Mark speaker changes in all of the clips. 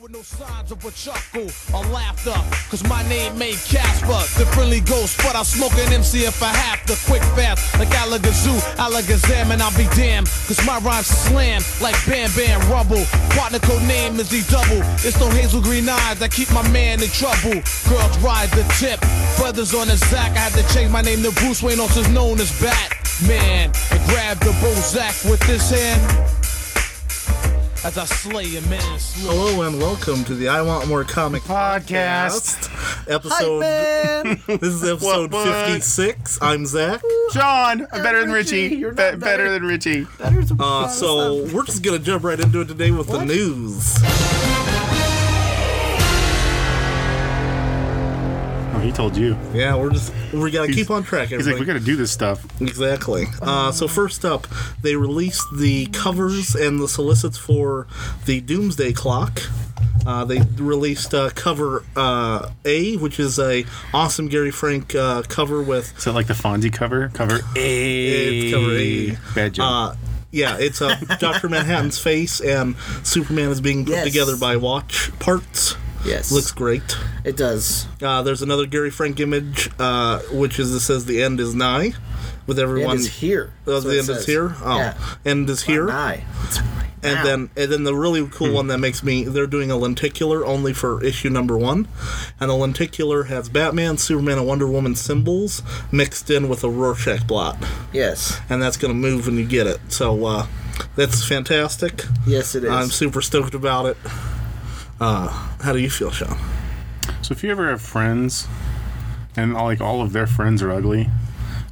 Speaker 1: with no signs of a chuckle or laughter. Cause my name ain't Casper, the friendly ghost, but I'll smoke an MC if I have to. Quick fast, like Alakazoo, Alakazam, and I'll be damned. Cause my rhymes slam like Bam Bam Rubble. Partner code name is the double. It's no hazel green eyes that keep my man in trouble. Girls ride the tip, brothers on the Zack. I had to change my name to Bruce Wayne, also known as Batman. And grab the Bozak with this hand as I slay a man.
Speaker 2: Hello and welcome to the I Want More Comic
Speaker 3: Podcast.
Speaker 2: Podcast. Episode. this is episode
Speaker 3: What, what?
Speaker 2: 56. I'm Zach.
Speaker 3: John, I'm better than
Speaker 4: Richie.
Speaker 3: Richie.
Speaker 4: You're
Speaker 3: Be-
Speaker 4: not better.
Speaker 3: better than Richie.
Speaker 2: Uh, so we're just gonna jump right into it today with the news.
Speaker 3: Oh, he told you.
Speaker 2: Yeah, we're just we gotta
Speaker 3: He's-
Speaker 2: keep on track.
Speaker 3: He's like, we
Speaker 2: Everybody.
Speaker 3: gotta do this stuff.
Speaker 2: exactly. Uh, so first up, they released the covers and the solicits for the Doomsday Clock. Uh, they released uh, cover uh, A, which is a awesome Gary Frank uh, cover with
Speaker 3: So like the Fonzie cover, cover A.
Speaker 2: It's cover A.
Speaker 3: Bad joke.
Speaker 2: Uh, yeah, it's uh, Doctor Manhattan's face, and Superman is being put
Speaker 4: Yes.
Speaker 2: together by watch parts.
Speaker 4: Yes.
Speaker 2: Looks great.
Speaker 4: It does.
Speaker 2: Uh, there's another Gary Frank image, uh, which is it says the end is nigh, with
Speaker 4: It
Speaker 2: everyone.
Speaker 4: is here.
Speaker 2: Oh,
Speaker 4: That's what
Speaker 2: the
Speaker 4: it
Speaker 2: end is
Speaker 4: says.
Speaker 2: here. Oh,
Speaker 4: Yeah.
Speaker 2: end is here.
Speaker 4: An eye. It's right now.
Speaker 2: And then, and then the really
Speaker 4: Hmm.
Speaker 2: cool one that makes me they're doing a lenticular only for issue number one, and the lenticular has Batman, Superman, and Wonder Woman symbols mixed in with a Rorschach blot
Speaker 4: Yes.
Speaker 2: and that's going to move when you get it. So uh, that's fantastic.
Speaker 4: Yes, it is.
Speaker 2: I'm super stoked about it. Uh, how do you feel, Sean?
Speaker 3: so if you ever have friends, and like all of their friends are ugly,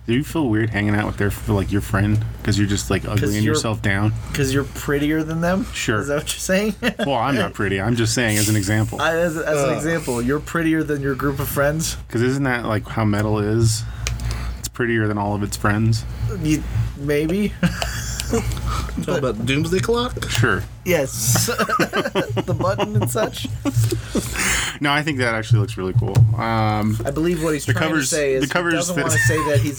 Speaker 3: do you feel weird hanging out with their like your friend because you're just like
Speaker 4: 'Cause
Speaker 3: uglying
Speaker 4: you're-
Speaker 3: yourself down?
Speaker 4: Because you're prettier than them?
Speaker 3: Sure.
Speaker 4: Is that what you're saying?
Speaker 3: Well, I'm not pretty. I'm just saying as an example.
Speaker 4: I, as as
Speaker 3: Uh.
Speaker 4: an example, you're prettier than your group of friends.
Speaker 3: Because isn't that like how metal is? It's prettier than all of its friends.
Speaker 4: You, maybe.
Speaker 2: Talk about Doomsday Clock?
Speaker 3: Sure.
Speaker 4: yes. the button and such.
Speaker 3: No, I think that actually looks really cool. Um,
Speaker 4: I believe what he's
Speaker 3: The
Speaker 4: trying
Speaker 3: covers-
Speaker 4: to say is
Speaker 3: the covers
Speaker 4: he doesn't
Speaker 3: that-
Speaker 4: want to say that he's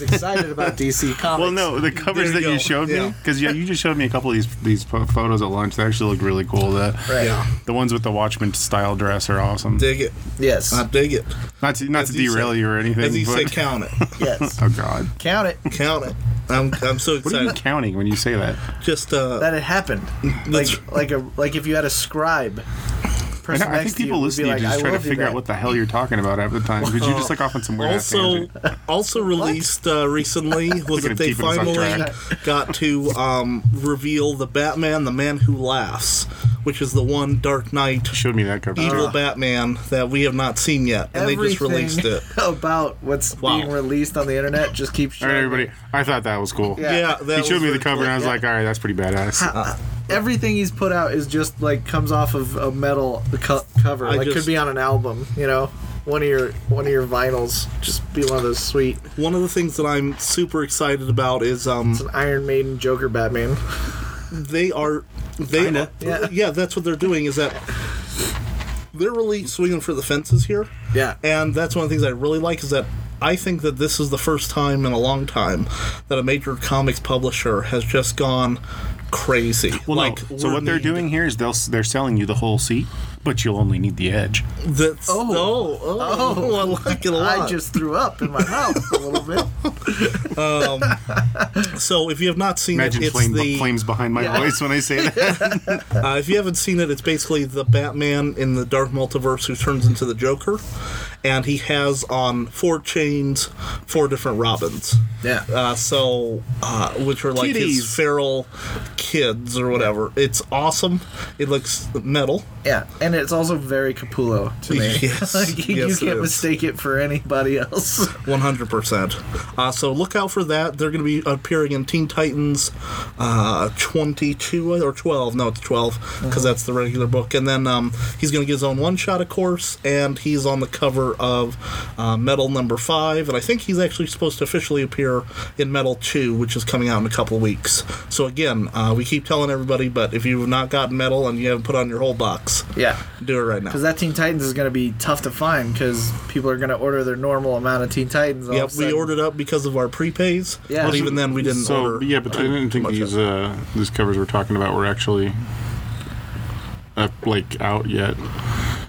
Speaker 4: excited about DC Comics.
Speaker 3: Well, no, the covers
Speaker 2: you
Speaker 3: that you,
Speaker 2: go.
Speaker 3: showed
Speaker 2: Yeah.
Speaker 3: me, because yeah, you just showed me a couple of these these po- photos at lunch. They actually look really cool. The
Speaker 4: Right.
Speaker 2: Yeah.
Speaker 3: the ones with the Watchman style dress are awesome.
Speaker 2: Dig it.
Speaker 4: Yes.
Speaker 3: Uh,
Speaker 2: I dig it.
Speaker 3: Not to not to
Speaker 2: you
Speaker 3: derail
Speaker 2: say-
Speaker 3: you or anything.
Speaker 2: As you
Speaker 3: but,
Speaker 2: say, count it.
Speaker 4: yes.
Speaker 3: oh God,
Speaker 4: Count it.
Speaker 2: count it. I'm, I'm so
Speaker 3: what are you
Speaker 2: excited.
Speaker 3: counting when you say that?
Speaker 2: Just, uh,
Speaker 4: That it happened.
Speaker 2: That's-
Speaker 4: Like like a like if you had a scribe.
Speaker 3: I,
Speaker 4: Person
Speaker 3: know, I think people
Speaker 4: would be
Speaker 3: listening
Speaker 4: like,
Speaker 3: to you just
Speaker 4: "I
Speaker 3: try to
Speaker 4: will do
Speaker 3: figure
Speaker 4: that."
Speaker 3: out what the hell you're talking about half the time because you're just like off on some weird ass
Speaker 2: also
Speaker 3: tangent.
Speaker 2: also released uh, recently was
Speaker 3: Look
Speaker 2: that
Speaker 3: at
Speaker 2: they
Speaker 3: him keeping us on
Speaker 2: finally
Speaker 3: track.
Speaker 2: got to um, reveal the Batman, the man who laughs, which is the one Dark Knight
Speaker 3: showed me that cover.
Speaker 2: evil
Speaker 3: too.
Speaker 2: Batman that we have not seen yet, and they just released it.
Speaker 4: about what's
Speaker 2: Wow.
Speaker 4: being released on the internet. Just keep
Speaker 3: All
Speaker 4: showing.
Speaker 3: right,
Speaker 4: me.
Speaker 3: everybody. I thought that was cool.
Speaker 4: Yeah.
Speaker 2: Yeah, that
Speaker 3: he
Speaker 2: was
Speaker 3: showed me the
Speaker 2: really
Speaker 3: cover
Speaker 2: cool.
Speaker 3: and I was
Speaker 2: Yeah.
Speaker 3: like, all right, that's pretty badass.
Speaker 4: Everything he's put out is just like comes off of a metal co- cover.
Speaker 2: I
Speaker 4: like
Speaker 2: just-
Speaker 4: could be on an album. You know, one of your one of your vinyls. Just be one of those sweet
Speaker 2: one of the things that I'm super excited about is um
Speaker 4: Iron Maiden, Joker, Batman.
Speaker 2: they are they
Speaker 3: Kinda.
Speaker 2: yeah.
Speaker 4: Yeah.
Speaker 2: that's what they're doing is that they're really swinging for the fences here.
Speaker 4: Yeah.
Speaker 2: And that's one of the things I really like is that I think that this is the first time in a long time that a major comics publisher has just gone crazy.
Speaker 3: Well,
Speaker 2: like
Speaker 3: no. so
Speaker 2: we're
Speaker 3: what they're
Speaker 2: need-
Speaker 3: doing here is they'll s- they're selling you the whole seat, but you'll only need the edge.
Speaker 2: That's,
Speaker 4: Oh.
Speaker 2: oh, oh, I like it a lot.
Speaker 4: I just threw up in my mouth a little bit.
Speaker 2: so if you have not seen
Speaker 3: Imagine
Speaker 2: it, it's
Speaker 3: flame,
Speaker 2: the
Speaker 3: flames behind my voice when I say that.
Speaker 2: Uh, if you haven't seen it, it's basically the Batman in the Dark Multiverse who turns into the Joker, and he has on four chains, four different Robins.
Speaker 4: Yeah.
Speaker 2: Uh, so, uh, which are like his
Speaker 3: Kitties.
Speaker 2: feral kids or whatever. It's awesome. It looks metal.
Speaker 4: Yeah, and it's also very Capullo to me.
Speaker 2: Yes.
Speaker 4: like, you,
Speaker 2: Yes, it
Speaker 4: you can't
Speaker 2: is.
Speaker 4: mistake it for anybody else.
Speaker 2: 100%. Uh, so look out for that. They're going to be appearing in Teen Titans uh, 22 or 12. No, it's 12 because
Speaker 4: Uh-huh.
Speaker 2: that's the regular book. And then um, he's going to get his own one shot, of course, and he's on the cover of uh, Metal number 5. And I think he's actually supposed to officially appear in Metal 2, which is coming out in a couple of weeks. So again, uh, we keep telling everybody, but if you've not gotten Metal and you haven't put on your whole box,
Speaker 4: Yeah.
Speaker 2: do it right now.
Speaker 4: Because that Teen Titans is going to be tough to find because people are going to order their normal amount of Teen Titans. All
Speaker 2: Yep,
Speaker 4: of a
Speaker 2: we
Speaker 4: sudden.
Speaker 2: ordered up because of our prepays.
Speaker 4: Yeah.
Speaker 2: But even then, we didn't
Speaker 3: so,
Speaker 2: order.
Speaker 3: Yeah, but I didn't think
Speaker 2: much
Speaker 3: these uh, these covers we're talking about were actually uh, like out yet.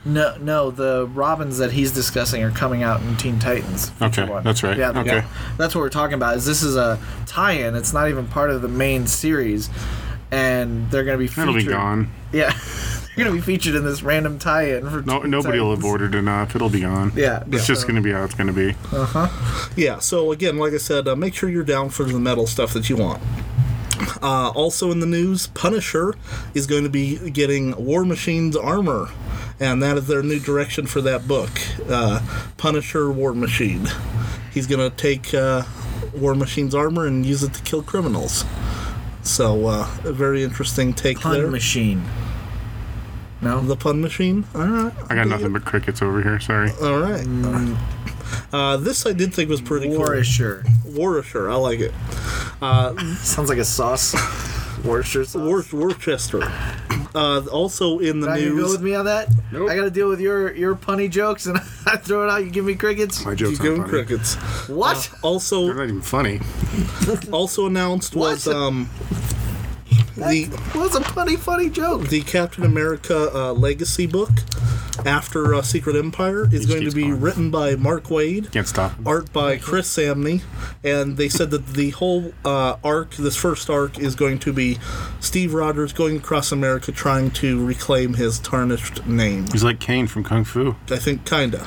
Speaker 4: No, no, the Robins that he's discussing are coming out in Teen Titans. Future
Speaker 3: Okay, that's right.
Speaker 4: Yeah,
Speaker 3: Okay.
Speaker 4: yeah. that's what we're talking about. Is this is a tie-in? It's not even part of the main series, and they're going to be featured.
Speaker 3: It'll be gone.
Speaker 4: Yeah, they're going to be featured in this random tie-in for.
Speaker 3: No,
Speaker 4: Teen
Speaker 3: nobody will
Speaker 4: Titans.
Speaker 3: have ordered enough. It'll be gone.
Speaker 4: Yeah,
Speaker 3: It's
Speaker 4: yeah.
Speaker 3: just going to be how it's going to be.
Speaker 2: Yeah, so again, like I said, uh, make sure you're down for the metal stuff that you want. Uh, also in the news, Punisher is going to be getting War Machine's armor, and that is their new direction for that book uh, Punisher War Machine. He's going to take uh, War Machine's armor and use it to kill criminals. So, uh, a very interesting take
Speaker 4: Pun
Speaker 2: there.
Speaker 4: machine. No,
Speaker 2: the pun machine? All right.
Speaker 3: I got nothing but crickets over here. Sorry.
Speaker 2: All right.
Speaker 4: Mm.
Speaker 2: Uh, this I did think was pretty
Speaker 4: Warisher.
Speaker 2: cool. Warisher. I like it.
Speaker 4: Sounds like a sauce. Warisher sauce.
Speaker 2: Wor- Worcester. Uh, also in the
Speaker 4: Now you go
Speaker 2: news.
Speaker 4: with me on that. I got to deal with your your punny jokes, and I throw it out. You give me crickets.
Speaker 3: My
Speaker 2: You
Speaker 3: joke's
Speaker 2: give
Speaker 3: not
Speaker 2: him
Speaker 3: funny.
Speaker 2: crickets.
Speaker 4: What?
Speaker 3: They're
Speaker 2: Also,
Speaker 3: not even funny.
Speaker 2: also announced was
Speaker 4: What?
Speaker 2: um, the
Speaker 4: What's a punny funny joke?
Speaker 2: the Captain America uh, Legacy book after uh, Secret Empire is
Speaker 3: just
Speaker 2: going to
Speaker 3: keeps
Speaker 2: be
Speaker 3: going.
Speaker 2: written by Mark Wade.
Speaker 3: Can't stop. Him.
Speaker 2: Art by Chris Samney, and they said that the whole uh, arc, this first arc, is going to be Steve Rogers going across America trying to reclaim his tarnished name.
Speaker 3: He's like Kane from Kung Fu.
Speaker 2: I think kinda.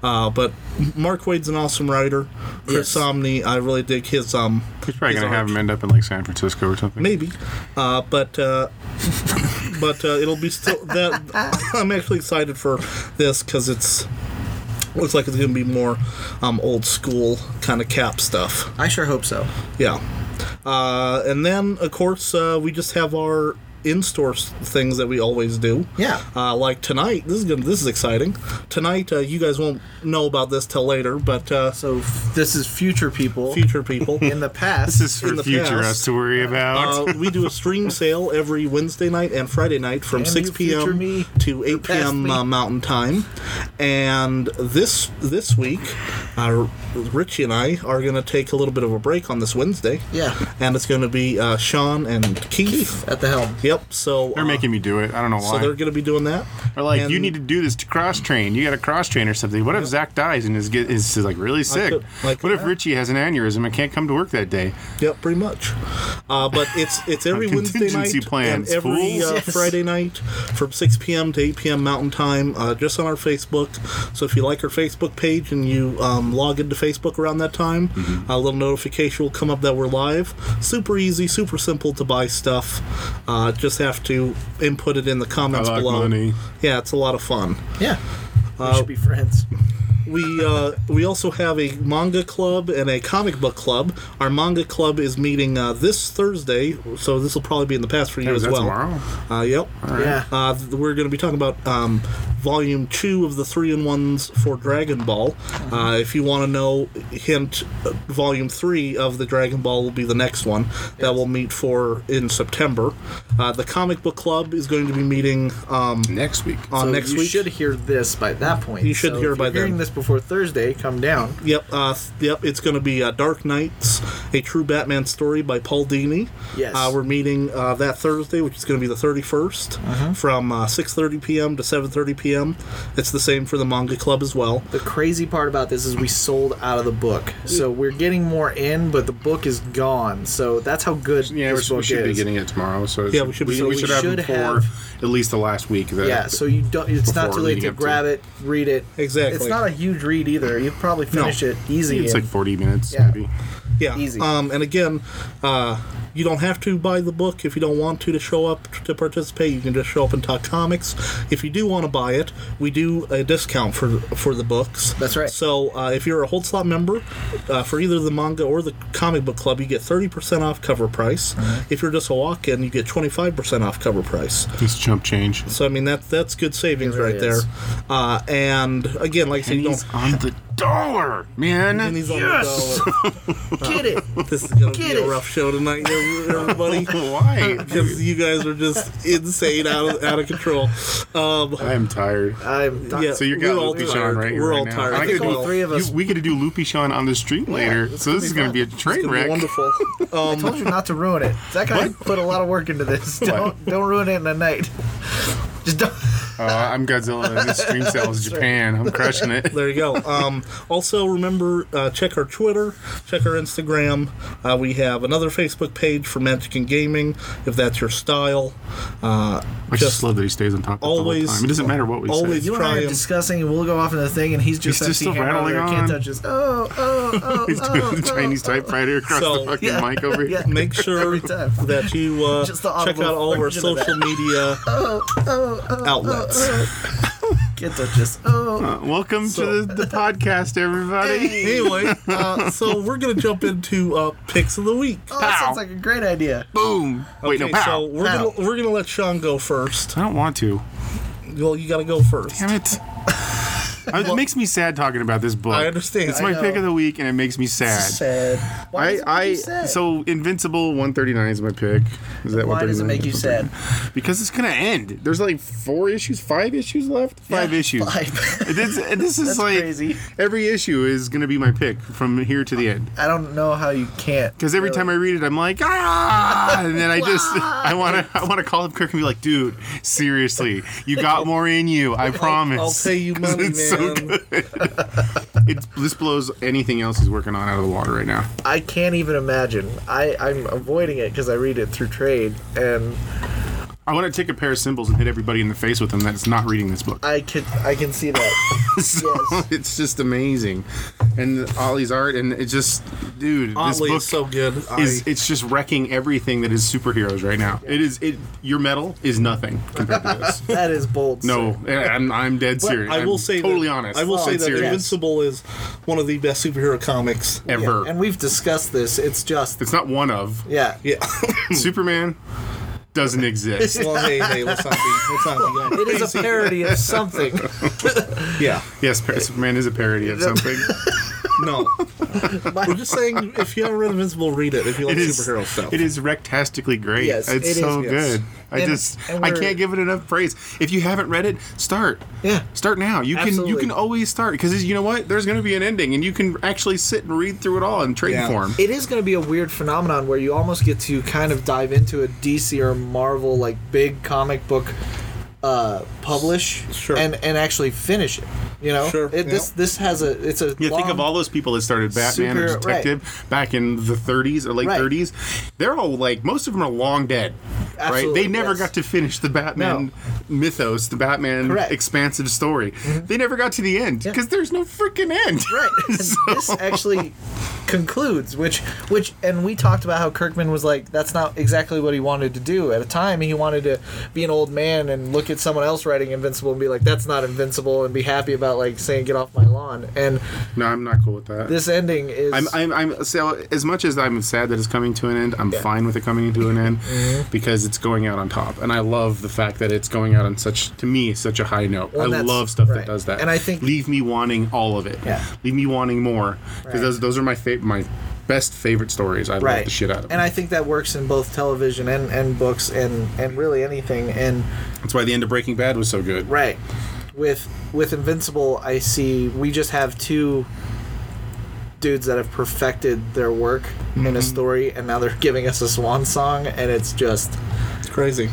Speaker 2: Uh, but Mark Wade's an awesome writer. Chris
Speaker 4: Yes.
Speaker 2: Somney, I really dig his um
Speaker 3: He's probably
Speaker 2: He's
Speaker 3: going to have
Speaker 2: orange.
Speaker 3: him end up in like San Francisco or something.
Speaker 2: maybe. Uh, but uh, but uh, it'll be still that I'm actually excited for this because it's looks like it's gonna be more um, old school kind of cap stuff.
Speaker 4: I sure hope so.
Speaker 2: Yeah. Uh, and then of course uh, we just have our in-store s- things that we always do.
Speaker 4: Yeah.
Speaker 2: Uh, like tonight, this is gonna, this is exciting. Tonight, uh, you guys won't know about this till later, but uh,
Speaker 4: So f- this is future people
Speaker 2: future people.
Speaker 4: in the past.
Speaker 3: This is
Speaker 2: In
Speaker 3: for
Speaker 2: the
Speaker 3: future
Speaker 2: past.
Speaker 3: us to worry about.
Speaker 2: Uh, we do a stream sale every Wednesday night and Friday night from
Speaker 4: Damn
Speaker 2: 6
Speaker 4: you, future
Speaker 2: p.m.
Speaker 4: me.
Speaker 2: to 8
Speaker 4: past
Speaker 2: p.m.
Speaker 4: me.
Speaker 2: Uh, Mountain Time. And this this week, uh, Richie and I are going to take a little bit of a break on this Wednesday.
Speaker 4: Yeah.
Speaker 2: And it's going to be uh, Sean and Keith.
Speaker 4: at the helm.
Speaker 2: Yep. So
Speaker 3: they're
Speaker 2: uh,
Speaker 3: making me do it. I don't know why.
Speaker 2: so they're going to be doing that.
Speaker 3: Or like, you
Speaker 2: And-
Speaker 3: need to do this to cross train. You got to cross train or something. What if Zach dies and is get, is like really sick?
Speaker 2: could- like-
Speaker 3: what if Richie has an aneurysm and can't come to work that day?
Speaker 2: Yep, pretty much. Uh, but it's it's every Wednesday night
Speaker 3: contingency plans,
Speaker 2: and every
Speaker 3: fools.
Speaker 2: uh,
Speaker 4: Yes.
Speaker 2: Friday night from 6 p.m. to 8 p.m. Mountain Time, uh, just on our Facebook. So if you like our Facebook page and you um, log into Facebook around that time,
Speaker 3: Mm-hmm.
Speaker 2: a little notification will come up that we're live. Super easy, super simple to buy stuff. Uh, just have to input it in the comments
Speaker 3: I like
Speaker 2: below.
Speaker 3: money.
Speaker 2: Yeah, it's a lot of fun.
Speaker 4: Yeah. Uh, We should be friends.
Speaker 2: We uh, we also have a manga club and a comic book club. Our manga club is meeting uh, this Thursday, so this will probably be in the past for you
Speaker 3: Hey,
Speaker 2: as
Speaker 3: is that
Speaker 2: well.
Speaker 3: tomorrow?
Speaker 2: Uh, yep.
Speaker 4: Yeah.
Speaker 2: Uh, th- we're going to be talking about um, volume two of the three in ones for Dragon Ball. Uh, if you want to know, hint, uh, volume three of the Dragon Ball will be the next one that we'll meet for in September. Uh, the comic book club is going to be meeting um,
Speaker 3: Next week.
Speaker 2: on
Speaker 4: So
Speaker 2: next
Speaker 4: you
Speaker 2: week.
Speaker 4: should hear this by that point.
Speaker 2: You should
Speaker 4: So
Speaker 2: hear
Speaker 4: if
Speaker 2: by
Speaker 4: you're
Speaker 2: then.
Speaker 4: Hearing this before Thursday, come down.
Speaker 2: Yep, uh, th- yep. It's going to be uh, Dark Knights, a true Batman story by Paul Dini.
Speaker 4: Yes.
Speaker 2: Uh, we're meeting uh, that Thursday, which is going to be the 31st, from uh, 6:30 p.m. to 7:30 p.m. It's the same for the manga club as well.
Speaker 4: The crazy part about this is we sold out of the book, so we're getting more in, but the book is gone. So that's how good
Speaker 3: Yeah, we
Speaker 4: this
Speaker 3: should, we
Speaker 4: book
Speaker 3: should be
Speaker 4: is.
Speaker 3: getting it tomorrow. So
Speaker 2: Yeah, we should be-
Speaker 3: We,
Speaker 2: so
Speaker 3: we
Speaker 2: we
Speaker 3: should have
Speaker 4: should
Speaker 3: it for
Speaker 4: have-
Speaker 3: at least the last week. That,
Speaker 4: yeah, so you don't. It's not
Speaker 3: Before
Speaker 4: too late
Speaker 3: leading
Speaker 4: to
Speaker 3: up to-
Speaker 4: grab it, read it.
Speaker 2: Exactly.
Speaker 4: It's not a huge read either. You probably finish it easy.
Speaker 3: it's
Speaker 4: in-
Speaker 3: like forty minutes
Speaker 4: Yeah.
Speaker 3: maybe.
Speaker 2: Yeah.
Speaker 4: Easy.
Speaker 2: Um, and again, uh, you don't have to buy the book if you don't want to to show up t- to participate. You can just show up and talk comics. If you do want to buy it, we do a discount for for the books.
Speaker 4: That's right.
Speaker 2: So uh, if you're a Hold Slot member, uh, for either the manga or the comic book club, you get 30% off cover price.
Speaker 4: Mm-hmm.
Speaker 2: If you're just a walk-in, you get 25% off cover price.
Speaker 3: Just jump change.
Speaker 2: So I mean that that's good savings
Speaker 4: really
Speaker 2: right
Speaker 4: is.
Speaker 2: there. Uh, and again, like I said, you don't.
Speaker 3: Pennies on the dollar, man.
Speaker 2: and he's on the
Speaker 4: Yes!
Speaker 2: dollar.
Speaker 4: Get it.
Speaker 2: This is gonna
Speaker 4: Get
Speaker 2: be a
Speaker 4: it.
Speaker 2: rough show tonight, everybody.
Speaker 3: Why?
Speaker 2: because you guys are just insane out of out of control. Um,
Speaker 3: I'm tired.
Speaker 4: I'm.
Speaker 2: yeah,
Speaker 3: So you're
Speaker 2: we're
Speaker 3: got
Speaker 2: all
Speaker 3: Loopy Sean
Speaker 2: tired.
Speaker 3: right here.
Speaker 2: We're
Speaker 3: right
Speaker 2: all
Speaker 3: now.
Speaker 2: tired.
Speaker 3: And
Speaker 4: I think
Speaker 3: could
Speaker 4: all
Speaker 3: do-
Speaker 4: three of us-
Speaker 3: you- we get to do Loopy Sean on the stream later.
Speaker 4: this
Speaker 3: So
Speaker 4: could
Speaker 3: this
Speaker 4: be
Speaker 3: is going to
Speaker 4: fun.
Speaker 3: be a train
Speaker 2: It'll be
Speaker 3: wreck.
Speaker 2: wonderful.
Speaker 4: I
Speaker 2: Um,
Speaker 4: told you not to ruin it. Zach and I put a lot of work into this. Don't don't ruin it in a night. Just don't.
Speaker 3: Oh, I'm Godzilla. This stream cell is Japan. I'm crushing it.
Speaker 2: There you go. Um, also, remember uh, check our Twitter, check our Instagram. Uh, we have another Facebook page for Magic and Gaming, if that's your style. Uh,
Speaker 3: I just, love that he stays on top of always,
Speaker 2: always-
Speaker 3: the time. It doesn't matter what we
Speaker 2: always-
Speaker 3: say.
Speaker 4: You and I
Speaker 2: Try
Speaker 4: are
Speaker 2: 'em.
Speaker 4: discussing, and we'll go off into the thing, and he's just
Speaker 3: He's just
Speaker 4: empty
Speaker 3: still rattling
Speaker 4: hamburger, Can't
Speaker 3: on.
Speaker 4: touch this. Oh, oh, oh,
Speaker 3: He's doing
Speaker 4: oh,
Speaker 3: the Chinese typewriter across
Speaker 2: So-
Speaker 3: the fucking
Speaker 4: Yeah.
Speaker 3: mic over here.
Speaker 4: Yeah.
Speaker 2: make sure
Speaker 4: Every time.
Speaker 2: that you uh,
Speaker 4: Just the
Speaker 2: check
Speaker 4: audible
Speaker 2: out all of our
Speaker 4: version of that.
Speaker 2: social media outlets.
Speaker 4: oh. Can't touch this. Oh,
Speaker 3: Uh, welcome
Speaker 2: So-
Speaker 3: to the, the podcast, everybody.
Speaker 2: Anyway, uh, so we're gonna jump into uh, picks of the week.
Speaker 4: oh that
Speaker 3: Pow.
Speaker 4: sounds like a great idea.
Speaker 3: Boom. Wait, no,
Speaker 2: Okay,
Speaker 3: pow.
Speaker 2: so we're
Speaker 4: Pow.
Speaker 2: gonna we're gonna let Sean go first.
Speaker 3: I don't want to.
Speaker 2: Well, you gotta go first.
Speaker 3: Damn it. I- it makes me sad talking about this book.
Speaker 2: I understand.
Speaker 3: It's my
Speaker 4: know.
Speaker 3: pick of the week, and it makes me sad.
Speaker 4: Sad. Why
Speaker 3: I,
Speaker 4: does it make
Speaker 3: I
Speaker 4: you sad?
Speaker 3: so Invincible 139 is my pick. Is that
Speaker 4: Why does it
Speaker 3: 139?
Speaker 4: make you sad?
Speaker 3: Because it's gonna end. There's like four issues, five issues left. Five issues.
Speaker 4: Five.
Speaker 3: This, this is
Speaker 4: That's
Speaker 3: like
Speaker 4: crazy.
Speaker 3: every issue is gonna be my pick from here to the end.
Speaker 4: I don't know how you can't.
Speaker 3: Because every
Speaker 4: really.
Speaker 3: time I read it, I'm like, ah, and then I just, I want to, I want to call up Kirk and be like, dude, seriously, you got more in you. I promise.
Speaker 2: I'll pay you
Speaker 3: 'Cause
Speaker 2: money,
Speaker 3: it's
Speaker 2: man.
Speaker 3: So good. It's- this blows anything else he's working on out of the water right now.
Speaker 4: I can't even imagine. I, I'm avoiding it because I read it through trade, and
Speaker 3: I want to take a pair of symbols and hit everybody in the face with them that's not reading this book.
Speaker 4: I can I can see that.
Speaker 3: so
Speaker 4: Yes.
Speaker 3: it's just amazing, and Ollie's art, and it just, dude, this
Speaker 2: Otley
Speaker 3: book
Speaker 2: is so good. I-
Speaker 3: is it's just wrecking everything that is superheroes right now. It is it your metal is nothing compared to this.
Speaker 4: That is bold.
Speaker 3: No, eh,
Speaker 4: sir.
Speaker 3: I'm, I'm dead
Speaker 2: But
Speaker 3: serious.
Speaker 2: I will
Speaker 3: I'm
Speaker 2: say
Speaker 3: totally
Speaker 2: that,
Speaker 3: honest.
Speaker 2: I will
Speaker 3: Dead
Speaker 2: say that
Speaker 3: serious.
Speaker 2: Invincible is one of the best superhero comics
Speaker 4: Yeah,
Speaker 3: ever.
Speaker 4: And we've discussed this. It's just
Speaker 3: it's not one of
Speaker 4: yeah.
Speaker 2: Yeah.
Speaker 3: Superman doesn't exist.
Speaker 2: well, hey, hey, let's not be, let's not be going
Speaker 4: It is
Speaker 2: crazy.
Speaker 4: a parody of something.
Speaker 2: Yeah.
Speaker 3: yes, par- Superman is a parody of something.
Speaker 2: No. We're just saying, if you haven't read Invincible, read it. If you like
Speaker 3: It is
Speaker 2: superhero stuff.
Speaker 3: It is rectastically great.
Speaker 4: Yes,
Speaker 3: it's
Speaker 4: it is,
Speaker 3: so
Speaker 4: yes.
Speaker 3: good. I
Speaker 4: And-
Speaker 3: just
Speaker 4: and
Speaker 3: I
Speaker 4: we're-
Speaker 3: can't give it enough praise. If you haven't read it, start.
Speaker 4: Yeah.
Speaker 3: Start now. You can you
Speaker 4: Absolutely.
Speaker 3: can always start because you know what? There's going to be an ending and you can actually sit and read through it all in trade
Speaker 2: Yeah.
Speaker 3: form.
Speaker 4: It is going to be a weird phenomenon where you almost get to kind of dive into a DC or Marvel like big comic book uh publish
Speaker 2: Sure.
Speaker 4: and and actually finish it. You know,
Speaker 2: Sure,
Speaker 4: It, this
Speaker 2: yeah.
Speaker 4: this has a it's a
Speaker 3: Yeah, think
Speaker 4: long-
Speaker 3: of all those people that started Batman or
Speaker 4: Super- right.
Speaker 3: Detective back in the 30s or late
Speaker 4: Right.
Speaker 3: 30s. They're all like most of them are long dead. right?
Speaker 4: Absolutely,
Speaker 3: They never
Speaker 4: yes.
Speaker 3: got to finish the Batman mythos, the Batman
Speaker 4: Correct. Mm-hmm.
Speaker 3: expansive story. They never got to the end because there's no freaking end.
Speaker 4: right. And This actually concludes, which which and we talked about how Kirkman was like, that's not exactly what he wanted to do at a time. He wanted to be an old man and look at someone else writing Invincible and be like, that's not Invincible, and be happy about like saying, get off my lawn. And
Speaker 3: No, I'm not cool with that.
Speaker 4: this ending is
Speaker 3: I'm, I'm, I'm so as much as I'm sad that it's coming to an end. I'm
Speaker 4: Yeah. Mm-hmm.
Speaker 3: fine with it coming to an end because it's going out on top, and I love the fact that it's going out on such to me such a high note.
Speaker 4: Well,
Speaker 3: I
Speaker 4: that's-
Speaker 3: love stuff that
Speaker 4: right.
Speaker 3: does that,
Speaker 4: And I think-
Speaker 3: leave me wanting all of it.
Speaker 4: Yeah.
Speaker 3: leave me wanting more because
Speaker 4: Right.
Speaker 3: those those are my fa- my best favorite stories. I love the shit out of.
Speaker 4: And
Speaker 3: them.
Speaker 4: I think that works in both television and, and books and, and really anything. And
Speaker 3: That's why the end of Breaking Bad was so good.
Speaker 4: right with with Invincible, I see we just have two dudes that have perfected their work in
Speaker 3: Mm-hmm.
Speaker 4: a story, and now they're giving us a swan song, and it's just
Speaker 2: It's crazy.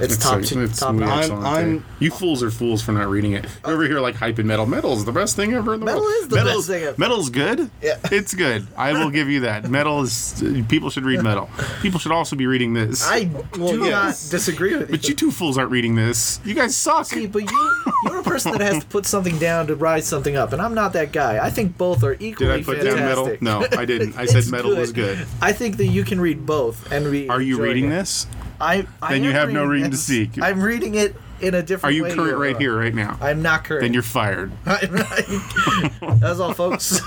Speaker 4: it's,
Speaker 3: It's
Speaker 4: top
Speaker 3: so-
Speaker 4: to,
Speaker 3: it's
Speaker 4: top
Speaker 3: way
Speaker 4: notch.
Speaker 3: excellent,
Speaker 2: I'm-
Speaker 3: dude. you fools are fools for not reading it. You're over here like hyping metal. Metal's the best thing ever in the
Speaker 4: Uh, Metal
Speaker 3: world.
Speaker 4: is the
Speaker 3: metal's,
Speaker 4: best thing ever.
Speaker 3: Metal's good.
Speaker 4: Yeah.
Speaker 3: it's good. I will give you that. Metal is. People should read metal. People should also be reading this.
Speaker 4: I
Speaker 2: Well,
Speaker 4: do
Speaker 2: yes.
Speaker 4: not disagree with
Speaker 3: but you two fools aren't reading this. You guys suck.
Speaker 4: See, but you you're a person that has to put something down to rise something up, and I'm not that guy. I think both are
Speaker 3: Did
Speaker 4: equally
Speaker 3: I put down metal?
Speaker 4: fantastic.
Speaker 3: No, I didn't. I said
Speaker 4: It's
Speaker 3: metal was good.
Speaker 4: I think that you can read both and be.
Speaker 3: Are you
Speaker 4: enjoying
Speaker 3: reading
Speaker 4: it.
Speaker 3: this?
Speaker 4: I, I
Speaker 3: Then you
Speaker 4: am
Speaker 3: have no reason
Speaker 4: reading
Speaker 3: to
Speaker 4: this.
Speaker 3: seek.
Speaker 4: I'm reading it in a different.
Speaker 3: Are you
Speaker 4: way
Speaker 3: current
Speaker 4: you
Speaker 3: right
Speaker 4: are.
Speaker 3: here, right now?
Speaker 4: I'm not current.
Speaker 3: then you're fired.
Speaker 4: I'm not- That's all, folks.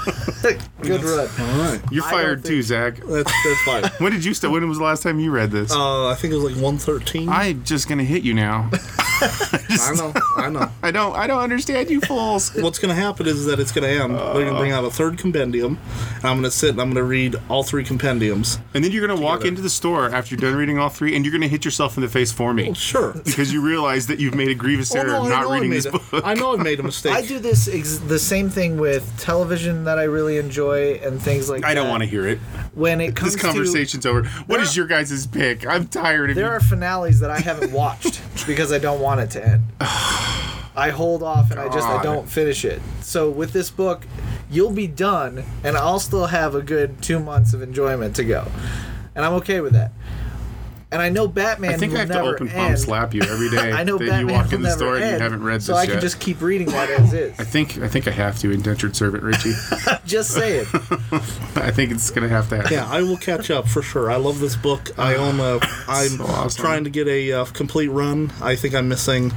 Speaker 4: Good run.
Speaker 2: All right.
Speaker 3: You're
Speaker 4: I
Speaker 3: fired
Speaker 4: don't
Speaker 3: too, Zach.
Speaker 2: That's, that's fine.
Speaker 3: When did you start? When was the last time you read this?
Speaker 4: Um,
Speaker 2: Uh, I think it was like 113.
Speaker 3: I'm just gonna hit you now.
Speaker 2: I know. I know.
Speaker 3: I don't. I don't understand you fools.
Speaker 2: What's going to happen is that it's going to end. They're going to bring out a third compendium, and I'm going to sit and I'm going to read all three compendiums.
Speaker 3: And then you're gonna walk into the store after you're done reading all three, and you're gonna hit yourself in the face for me
Speaker 2: Sure.
Speaker 3: because you realize that you've made a grievous
Speaker 2: Oh,
Speaker 3: error
Speaker 2: no, I
Speaker 3: not
Speaker 2: know I
Speaker 3: reading
Speaker 2: made
Speaker 3: this
Speaker 2: a-
Speaker 3: book.
Speaker 2: I know I've made a mistake.
Speaker 4: I do this ex- the same thing with television that I really enjoy and things like.
Speaker 3: I don't
Speaker 4: that.
Speaker 3: want to hear it.
Speaker 4: When it comes
Speaker 3: This conversation's over. What is
Speaker 4: are-
Speaker 3: your guys' pick? I'm tired
Speaker 4: to,
Speaker 3: of
Speaker 4: there
Speaker 3: you.
Speaker 4: are finales that I haven't watched because I don't want it to end. I hold off and I just I
Speaker 3: God.
Speaker 4: don't finish it. So with this book, you'll be done, and I'll still have a good two months of enjoyment to go, and I'm okay with that. And I know Batman.
Speaker 3: I think
Speaker 4: will
Speaker 3: I have to
Speaker 4: never
Speaker 3: open palm
Speaker 4: end.
Speaker 3: slap you every day
Speaker 4: I know
Speaker 3: that
Speaker 4: Batman
Speaker 3: you walk
Speaker 4: will
Speaker 3: in the
Speaker 4: never
Speaker 3: store and you
Speaker 4: end,
Speaker 3: haven't read
Speaker 4: so
Speaker 3: this
Speaker 4: I
Speaker 3: yet.
Speaker 4: can just keep reading that as is.
Speaker 3: I think I think I have to indentured servant Richie.
Speaker 4: just say it.
Speaker 3: I think it's gonna have to happen.
Speaker 2: Yeah, I will catch up for sure. I love this book. I own a. I'm
Speaker 3: So awesome.
Speaker 2: trying to get a uh, complete run. I think I'm missing,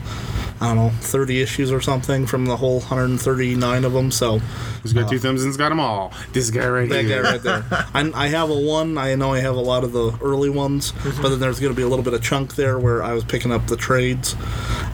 Speaker 2: I don't know, 30 issues or something from the whole 139 of them. So
Speaker 3: He's got
Speaker 4: Uh,
Speaker 3: two thumbs and he's got them all. This guy right
Speaker 2: that guy
Speaker 3: here.
Speaker 2: right there. I, I have a one. I know I have a lot of the early ones,
Speaker 3: Mm-hmm.
Speaker 2: but then there's going to be a little bit of chunk there where I was picking up the trades.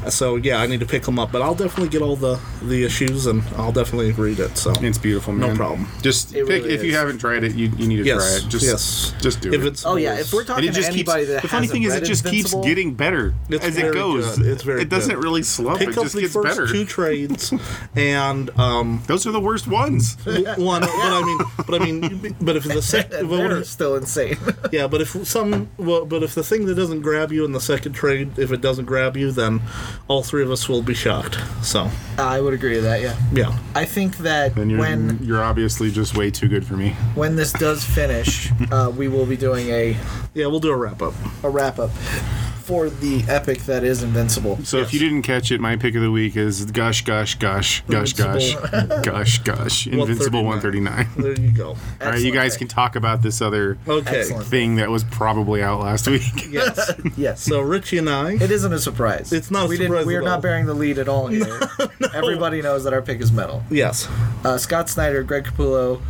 Speaker 2: So yeah, I need to pick them up. But I'll definitely get all the the issues and I'll definitely read it. So
Speaker 3: It's beautiful,
Speaker 2: No
Speaker 3: man.
Speaker 2: problem.
Speaker 3: Just
Speaker 4: It
Speaker 3: pick
Speaker 4: really
Speaker 3: if you
Speaker 4: is.
Speaker 3: haven't tried it, you, you need to
Speaker 2: Yes,
Speaker 3: try it. Just
Speaker 2: yes.
Speaker 3: just do
Speaker 2: if
Speaker 3: it.
Speaker 2: it's
Speaker 4: Oh yeah, if we're
Speaker 3: and
Speaker 4: talking
Speaker 3: it just
Speaker 4: to
Speaker 3: keeps.
Speaker 4: anybody that
Speaker 3: The funny
Speaker 4: hasn't
Speaker 3: thing is,
Speaker 4: read
Speaker 3: it just keeps
Speaker 4: Invincible-
Speaker 3: getting better
Speaker 2: It's
Speaker 3: as it
Speaker 2: very
Speaker 3: goes.
Speaker 2: good. It's very
Speaker 3: It doesn't
Speaker 2: good.
Speaker 3: really slump.
Speaker 2: pick
Speaker 3: it
Speaker 2: up
Speaker 3: just
Speaker 2: the
Speaker 3: gets
Speaker 2: first
Speaker 3: better.
Speaker 2: two trades and um
Speaker 3: Those are the worst ones.
Speaker 2: one. But I mean, but I mean, but if the
Speaker 4: And
Speaker 2: second,
Speaker 4: they're still insane.
Speaker 2: yeah, but if some, well, but if the thing that doesn't grab you in the second trade, if it doesn't grab you, then all three of us will be shocked. So
Speaker 4: I would agree with that. Yeah,
Speaker 2: yeah,
Speaker 4: I think that
Speaker 3: Then you're
Speaker 4: when
Speaker 3: you're obviously just way too good for me.
Speaker 4: when this does finish, uh, we will be doing a
Speaker 2: yeah, we'll do a wrap up.
Speaker 4: a wrap up for the epic that is Invincible.
Speaker 3: So if you didn't catch it, my pick of the week is Gosh Gosh Gosh Gosh Gosh Gosh Gosh Invincible 139.
Speaker 2: There you go.
Speaker 3: All right, you
Speaker 4: Excellent
Speaker 3: guys
Speaker 4: pick.
Speaker 3: can talk about this other
Speaker 2: Okay.
Speaker 4: Excellent.
Speaker 3: thing that was probably out last week.
Speaker 2: Yes.
Speaker 4: Yes.
Speaker 2: So Richie and I.
Speaker 4: it isn't a surprise.
Speaker 2: It's not a
Speaker 4: we
Speaker 2: surprise
Speaker 4: we are
Speaker 2: at all.
Speaker 4: not bearing the lead at all here. Everybody knows that our pick is metal.
Speaker 2: yes.
Speaker 4: Uh, Scott Snyder, Greg Capullo.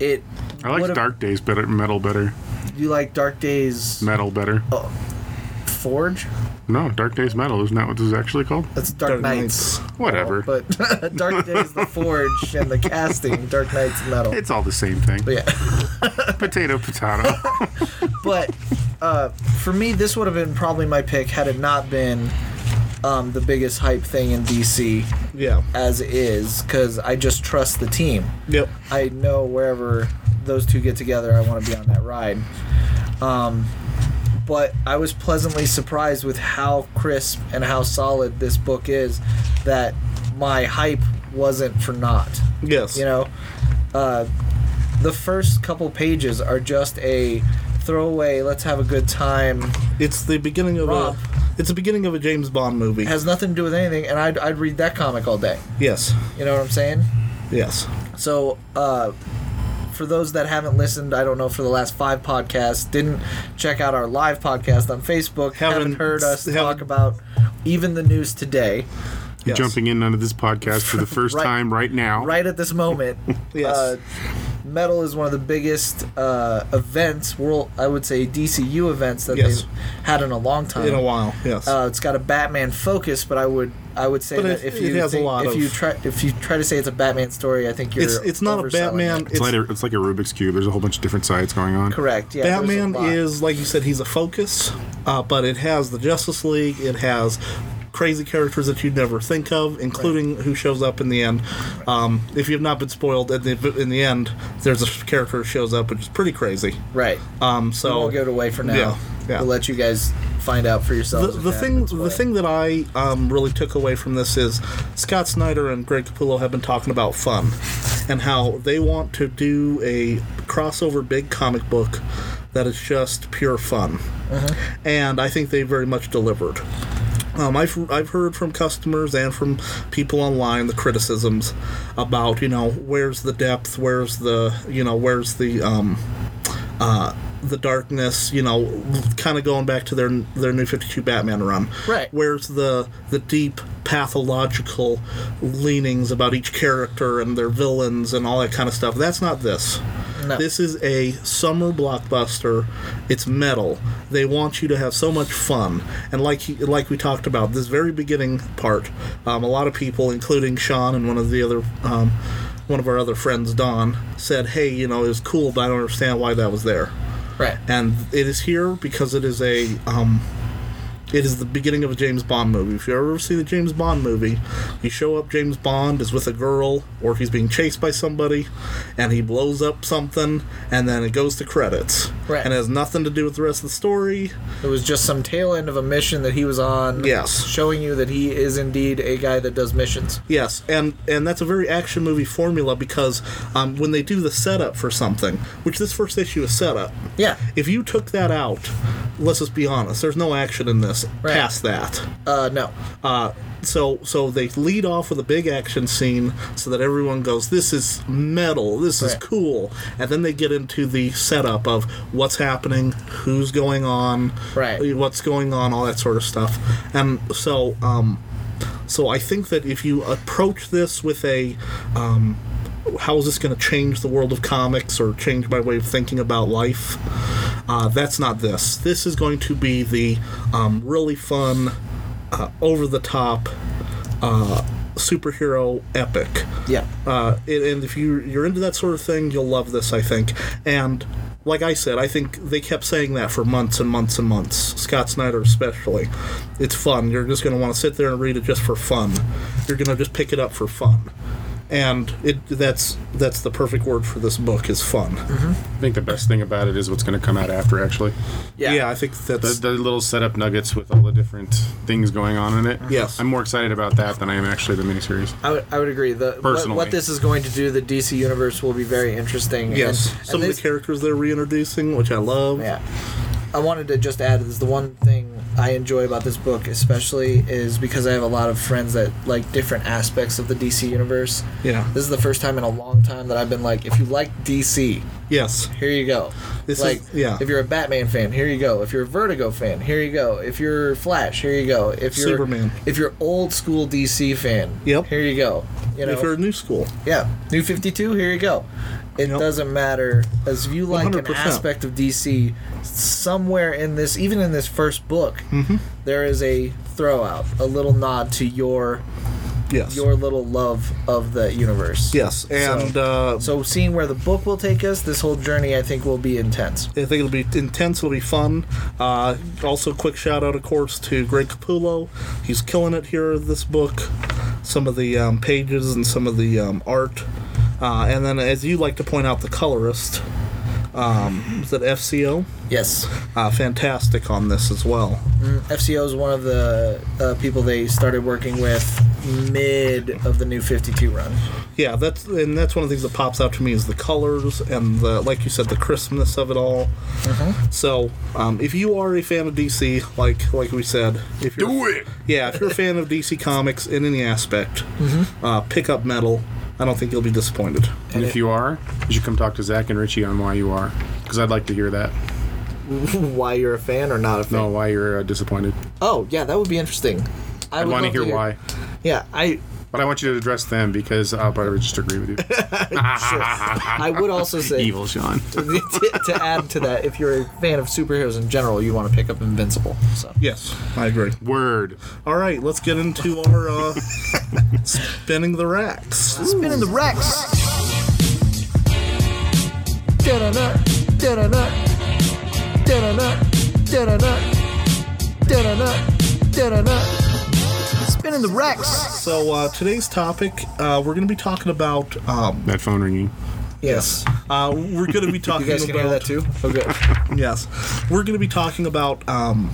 Speaker 4: It.
Speaker 3: I like
Speaker 4: what a-
Speaker 3: Dark Days better, Metal better,
Speaker 4: You like Dark Days Oh,
Speaker 3: Metal better.
Speaker 4: Forge?
Speaker 3: No, Dark Days Metal isn't that what this is actually called?
Speaker 4: That's Dark,
Speaker 2: Dark
Speaker 4: Knights.
Speaker 2: Knights.
Speaker 3: Whatever.
Speaker 4: But Dark Days, the Forge, and the casting, Dark Knights, metal.
Speaker 3: It's all the same thing.
Speaker 4: But yeah.
Speaker 3: Potato, potato.
Speaker 4: but uh, for me, this would have been probably my pick had it not been um, the biggest hype thing in DC
Speaker 2: Yeah.
Speaker 4: as is, because I just trust the team.
Speaker 2: Yep.
Speaker 4: I know wherever those two get together, I want to be on that ride. Um, but I was pleasantly surprised with how crisp and how solid this book is that my hype wasn't for naught
Speaker 2: Yes.
Speaker 4: you know uh, the first couple pages are just a throwaway let's have a good time
Speaker 2: It's the beginning of
Speaker 4: Rob.
Speaker 2: a. It's the beginning of a James Bond movie.
Speaker 4: has nothing to do with anything and I'd, I'd read that comic all day
Speaker 2: yes.
Speaker 4: you know what i'm saying
Speaker 2: Yes.
Speaker 4: so uh, for those that haven't listened i don't know for the last five podcasts didn't check out our live podcast on facebook haven't,
Speaker 2: Haven't-
Speaker 4: heard us
Speaker 2: haven't-
Speaker 4: talk about even the news today
Speaker 2: yes.
Speaker 3: Jumping in onto this podcast for the first
Speaker 4: Right.
Speaker 3: time right now.
Speaker 4: right at this moment
Speaker 2: Yes.
Speaker 4: uh, metal is one of the biggest uh, events world i would say dcu events that
Speaker 2: Yes.
Speaker 4: they've had in a long time
Speaker 2: in a while. Yes.
Speaker 4: Uh, it's got a Batman focus, but I would I would say
Speaker 2: But
Speaker 4: that
Speaker 2: it-
Speaker 4: if
Speaker 2: it
Speaker 4: you
Speaker 2: has a
Speaker 4: think-
Speaker 2: lot
Speaker 4: if
Speaker 2: of-
Speaker 4: you try if you try to say it's a Batman story, I think you're
Speaker 2: it's it's not a
Speaker 4: overselling
Speaker 2: Batman.
Speaker 4: it.
Speaker 3: It's, like a, it's like a Rubik's Cube. There's a whole bunch of different sides going on.
Speaker 4: Correct. Yeah. there's a
Speaker 2: Batman
Speaker 4: lot.
Speaker 2: is, like you said, he's a focus, uh, but it has the Justice League. It has crazy characters that you'd never think of, including who shows up in the end. Um, if you have not been spoiled, at the, in the end, there's a character who shows up, which is pretty crazy.
Speaker 4: right.
Speaker 2: Um,
Speaker 4: I
Speaker 2: so
Speaker 4: won't give it away for now.
Speaker 2: Yeah, yeah.
Speaker 4: We'll let you guys find out for
Speaker 2: the,
Speaker 4: yourselves. if
Speaker 2: the
Speaker 4: you
Speaker 2: thing,
Speaker 4: haven't been
Speaker 2: the
Speaker 4: spoiled.
Speaker 2: thing that I um, really took away from this is Scott Snyder and Greg Capullo have been talking about fun and how they want to do a crossover big comic book that is just pure fun, and I think they very much delivered. Um, I've, I've heard from customers and from people online the criticisms about you know where's the depth, where's the you know where's the um, uh, the darkness, you know, kind of going back to their their new 52 Batman run.
Speaker 4: Right.
Speaker 2: Where's the the deep pathological leanings about each character and their villains and all that kind of stuff. That's not this.
Speaker 4: No.
Speaker 2: This is a summer blockbuster. It's metal. They want you to have so much fun, and like he, like we talked about, this very beginning part, um, a lot of people, including Sean and one of the other, um, one of our other friends, Don, said, "Hey, you know, it was cool, but I don't understand why that was there."
Speaker 4: right.
Speaker 2: and it is here because it is a um, It is the beginning of a James Bond movie. If you ever see the James Bond movie, you show up, James Bond is with a girl, or he's being chased by somebody, and he blows up something, and then it goes to credits.
Speaker 4: Right.
Speaker 2: And it has nothing to do with the rest of the story.
Speaker 4: It was just some tail end of a mission that he was on.
Speaker 2: Yes.
Speaker 4: Showing you that he is indeed a guy that does missions.
Speaker 2: Yes, and and that's a very action movie formula because um, when they do the setup for something, which this first issue is setup.
Speaker 4: Yeah.
Speaker 2: If you took that out, let's just be honest. There's no action in this
Speaker 4: Right.
Speaker 2: past that.
Speaker 4: Uh, no.
Speaker 2: Uh, so so they lead off with a big action scene so that everyone goes, "This is metal. This is
Speaker 4: Right.
Speaker 2: cool," and then they get into the setup of what's happening, who's going on,
Speaker 4: Right.
Speaker 2: What's going on, all that sort of stuff, and so um, so I think that if you approach this with a um, how is this going to change the world of comics or change my way of thinking about life? Uh, that's not this. This is going to be the um, really fun, uh, over the top uh, superhero epic.
Speaker 4: Yeah.
Speaker 2: Uh, and, and if you you're into that sort of thing, you'll love this, I think. And like I said, I think they kept saying that for months and months and months. Scott Snyder especially. It's fun. You're just going to want to sit there and read it just for fun. You're going to just pick it up for fun. And it that's that's the perfect word for this book is fun.
Speaker 4: Mm-hmm.
Speaker 3: I think the best thing about it is what's going to come out after, actually.
Speaker 4: Yeah.
Speaker 2: I think
Speaker 3: The,
Speaker 2: that's
Speaker 3: the little setup nuggets with all the different things going on in it.
Speaker 2: Yes.
Speaker 3: I'm more excited about that than I am actually the miniseries.
Speaker 4: I would, I would agree. The, what-
Speaker 3: Personally.
Speaker 4: what, this is going to do to the DC universe will be very interesting.
Speaker 2: yes.
Speaker 4: And- and
Speaker 2: Some of
Speaker 4: this-
Speaker 2: the characters they're reintroducing, which I love.
Speaker 4: Yeah. I wanted to just add is the one thing I enjoy about this book, especially, is because I have a lot of friends that like different aspects of the DC universe.
Speaker 2: Yeah.
Speaker 4: This is the first time in a long time that I've been like, if you like DC,
Speaker 2: Yes.
Speaker 4: here you go.
Speaker 2: This
Speaker 4: like,
Speaker 2: is- yeah.
Speaker 4: If you're a Batman fan, here you go. If you're a Vertigo fan, here you go. If you're Flash, here you go. If you're
Speaker 2: Superman.
Speaker 4: if you're old school DC fan,
Speaker 2: Yep.
Speaker 4: here you go. You know,
Speaker 2: If you're new school.
Speaker 4: yeah, New 52, here you go. It
Speaker 2: Yep.
Speaker 4: doesn't matter as if you like an
Speaker 2: 100%.
Speaker 4: aspect of DC somewhere in this, even in this first book, there is a throw out, a little nod to your
Speaker 2: Yes.
Speaker 4: your little love of the universe.
Speaker 2: yes. And uh,
Speaker 4: So seeing where the book will take us, this whole journey I think will be intense.
Speaker 2: I think it'll be intense. It'll be fun. Uh, also, quick shout out, of course, to Greg Capullo. He's killing it here. This book, some of the um, pages and some of the um, art, uh, and then as you like to point out, the colorist. Um, is that FCO?
Speaker 4: Yes.
Speaker 2: Uh, fantastic on this as well.
Speaker 4: FCO is one of the uh, people they started working with mid of the New 52 run.
Speaker 2: Yeah, that's and that's one of the things that pops out to me is the colors and the like you said the crispness of it all. So um, if you are a fan of DC, like like we said, if you're,
Speaker 3: Do it!
Speaker 2: Yeah, if you're a fan of DC Comics in any aspect,
Speaker 4: Mm-hmm.
Speaker 2: uh, pick up Metal. I don't think you'll be disappointed.
Speaker 3: And if you are, you should come talk to Zach and Richie on why you are, because I'd like to hear that.
Speaker 4: why you're a fan or not a fan?
Speaker 3: No, why you're uh, disappointed.
Speaker 4: Oh, yeah, that would be interesting. I
Speaker 3: I
Speaker 4: would
Speaker 3: want to
Speaker 4: love
Speaker 3: hear why,
Speaker 4: Yeah, I
Speaker 3: but I want you to address them because I'll probably just agree with you.
Speaker 4: I would also say
Speaker 3: Evil Sean.
Speaker 4: to, to add to that, if you're a fan of superheroes in general, you want to pick up Invincible. So
Speaker 2: Yes, I agree.
Speaker 3: Word.
Speaker 2: All right, let's get into our uh, spinning the racks.
Speaker 4: spinning the racks. Da-da-da, da-da-da, da-da-da, da-da-da, da-da-da, da-da-da. Spinning the racks.
Speaker 2: So uh, today's topic, uh, we're going to be talking about. Um,
Speaker 3: That phone ringing.
Speaker 4: Yes.
Speaker 2: uh, we're going to be talking
Speaker 4: You guys can
Speaker 2: about.
Speaker 4: hear that too? Okay.
Speaker 2: Yes. We're going to be talking about um,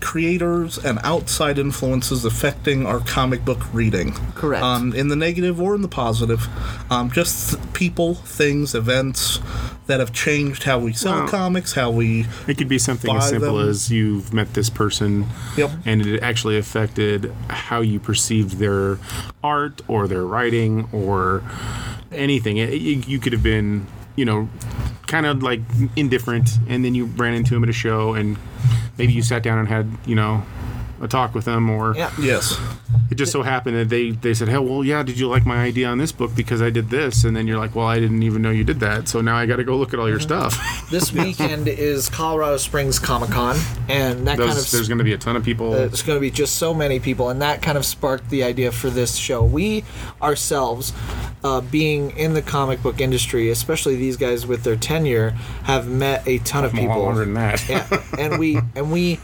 Speaker 2: creators and outside influences affecting our comic book reading.
Speaker 4: Correct.
Speaker 2: Um, in the negative or in the positive. Um, just th- people, things, events that have changed how we sell
Speaker 3: Wow.
Speaker 2: comics, how we.
Speaker 3: It could be something
Speaker 2: Buy
Speaker 3: as simple
Speaker 2: them.
Speaker 3: as you've met this person,
Speaker 2: Yep.
Speaker 3: and it actually affected how you perceived their art or their writing or anything. It, you, you could have been, you know, kind of like indifferent, and then you ran into him at a show, and maybe you sat down and had, you know, a talk with them, or
Speaker 4: Yeah.
Speaker 2: Yes.
Speaker 3: it just so happened that they they said, "Hey, well, yeah, did you like my idea on this book because I did this?" And then you're like, "Well, I didn't even know you did that, so now I got to go look at all your
Speaker 4: Uh-huh.
Speaker 3: stuff."
Speaker 4: This weekend is Colorado Springs Comic Con, and that
Speaker 3: Those,
Speaker 4: kind of
Speaker 3: there's going to be a ton of people.
Speaker 4: it's going to be just so many people and that kind of sparked the idea for this show we ourselves uh, being in the comic book industry especially these guys with their tenure have met a ton of
Speaker 3: Well,
Speaker 4: people
Speaker 3: longer than that.
Speaker 4: yeah and we and we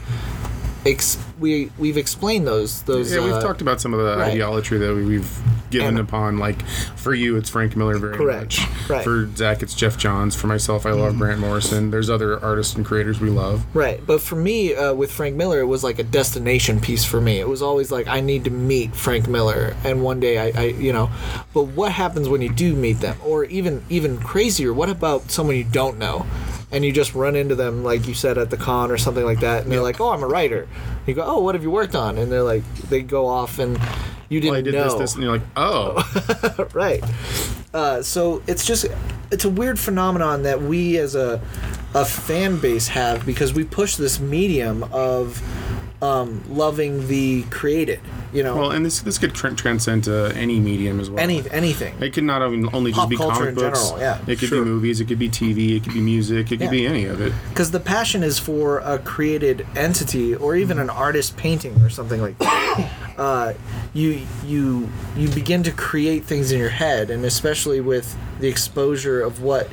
Speaker 4: ex- we we've explained those those.
Speaker 3: Yeah, we've
Speaker 4: uh,
Speaker 3: talked about some of the
Speaker 4: right.
Speaker 3: ideology that we've given
Speaker 4: And-
Speaker 3: upon. Like for you, it's Frank Miller very much.
Speaker 4: Correct. Right. Mm-hmm.
Speaker 3: For Zach, it's Jeff Johns. For myself, I love Grant Morrison. There's other artists and creators we love.
Speaker 4: Right, but for me, uh, with Frank Miller, it was like a destination piece for me. It was always like I need to meet Frank Miller, and one day I, I you know. But what happens when you do meet them, or even even crazier? What about someone you don't know, and you just run into them, like you said at the con or something like that, and they're like, "Oh, I'm a writer." You go, "Oh, what have you worked on?" And they're like, they go off and you didn't
Speaker 3: Well, I did
Speaker 4: know
Speaker 3: this, this, and you're like, oh,
Speaker 4: right. Uh, so it's just it's a weird phenomenon that we as a a fan base have because we push this medium of um, loving the created, you know,
Speaker 3: well, and this this could tran transcend to any medium as well.
Speaker 4: any anything.
Speaker 3: It could not even- only just
Speaker 4: Pop
Speaker 3: be
Speaker 4: culture
Speaker 3: comic
Speaker 4: in
Speaker 3: books.
Speaker 4: general, yeah.
Speaker 3: It could
Speaker 2: Sure.
Speaker 3: be movies. It could be TV. It could be music. It could
Speaker 4: Yeah.
Speaker 3: be any of it.
Speaker 4: because the passion is for a created entity or even an artist painting or something like that. uh, you you you begin to create things in your head, and especially with the exposure of what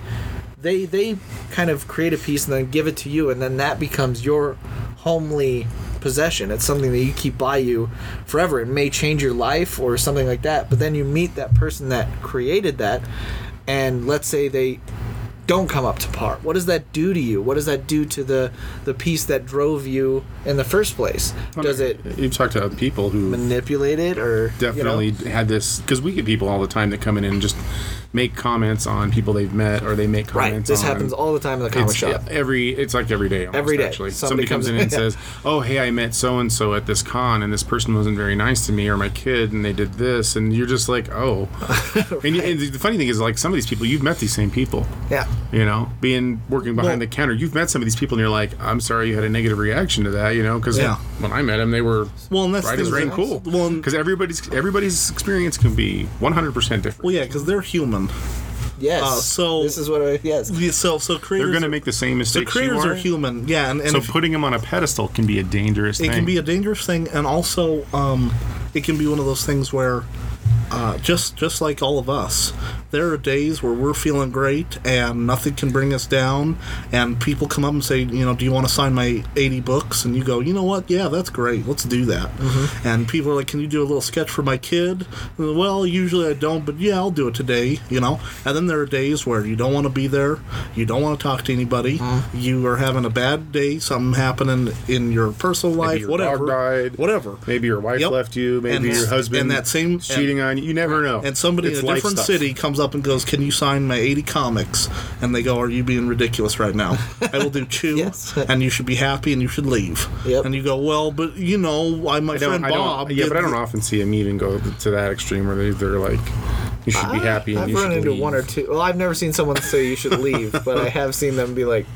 Speaker 4: they they kind of create a piece and then give it to you, and then that becomes your homely possession. It's something that you keep by you forever. It may change your life or something like that, but then you meet that person that created that, and let's say they don't come up to par? What does that do to you? What does that do to the the piece that drove you in the first place? Does it
Speaker 3: You've talked to people who
Speaker 4: manipulate it or you know?
Speaker 3: definitely had this because we get people all the time that come in and just make comments on people they've met or they make comments.
Speaker 4: right? This
Speaker 3: on-
Speaker 4: happens all the time in the comic
Speaker 3: It's
Speaker 4: shop.
Speaker 3: every. It's like every day. Almost,
Speaker 4: Every day.
Speaker 3: Actually,
Speaker 4: Somebody
Speaker 3: somebody, comes in
Speaker 4: comes-
Speaker 3: and
Speaker 4: yeah.
Speaker 3: says, "Oh, hey, I met so and so at this con, and this person wasn't very nice to me or my kid, and they did this," and you're just like, "Oh." and, you- and the funny thing is, like some of these people, you've met these same people.
Speaker 4: Yeah.
Speaker 3: You know, being working behind
Speaker 4: Well-
Speaker 3: the counter, you've met some of these people, and you're like, "I'm sorry, you had a negative reaction to that," you know, because
Speaker 2: Yeah.
Speaker 3: when I met them, they were
Speaker 2: Well, and that's
Speaker 3: right
Speaker 2: the
Speaker 3: as
Speaker 2: thing
Speaker 3: rain
Speaker 2: is-
Speaker 3: cool.
Speaker 2: well, and-
Speaker 3: Because everybody's everybody's experience can be 100 percent different.
Speaker 2: Well, yeah, because they're human.
Speaker 4: Yes.
Speaker 2: Uh, so-
Speaker 4: this is what I yes.
Speaker 2: Yeah, So, so creators
Speaker 3: They're going to make the same
Speaker 2: so
Speaker 3: mistakes. you
Speaker 2: creators
Speaker 3: are.
Speaker 2: are human. Yeah, and, and
Speaker 3: so
Speaker 2: if-
Speaker 3: putting them on a pedestal can be a dangerous
Speaker 2: it
Speaker 3: thing.
Speaker 2: can be a dangerous thing, and also um, it can be one of those things where uh, just just like all of us, there are days where we're feeling great and nothing can bring us down, and people come up and say, you know, do you want to sign my eighty books? And you go, you know what? Yeah, that's great. Let's do that.
Speaker 3: Mm-hmm.
Speaker 2: And people are like, can you do a little sketch for my kid? And, well, usually I don't, but yeah, I'll do it today. You know. And then there are days where you don't want to be there, you don't want to talk to anybody,
Speaker 3: Mm-hmm.
Speaker 2: you are having a bad day, something happening in your personal life life,
Speaker 3: Maybe your
Speaker 2: whatever,
Speaker 3: dog died.
Speaker 2: whatever.
Speaker 3: Maybe your wife
Speaker 2: Yep.
Speaker 3: left you. Maybe
Speaker 2: And
Speaker 3: your
Speaker 2: it's-
Speaker 3: husband
Speaker 2: and that same-
Speaker 3: cheating on you. You never know.
Speaker 2: And somebody
Speaker 3: It's
Speaker 2: in a
Speaker 3: life
Speaker 2: different
Speaker 3: stuff.
Speaker 2: city comes up and goes, "Can you sign my 80 comics?" And they go, "Are you being ridiculous right now? I will do two,
Speaker 4: Yes.
Speaker 2: and you should be happy, and you should leave."
Speaker 4: Yep.
Speaker 2: And you go, "Well, but you know, I my
Speaker 3: I don't,
Speaker 2: friend
Speaker 3: I don't,
Speaker 2: Bob."
Speaker 3: yeah,
Speaker 2: did
Speaker 3: but I don't
Speaker 2: th-
Speaker 3: often see them even go to that extreme where they, they're like, "You should be happy." And
Speaker 4: I've
Speaker 3: you should
Speaker 4: run into
Speaker 3: leave.
Speaker 4: one or two. Well, I've never seen someone say you should leave, but I have seen them be like,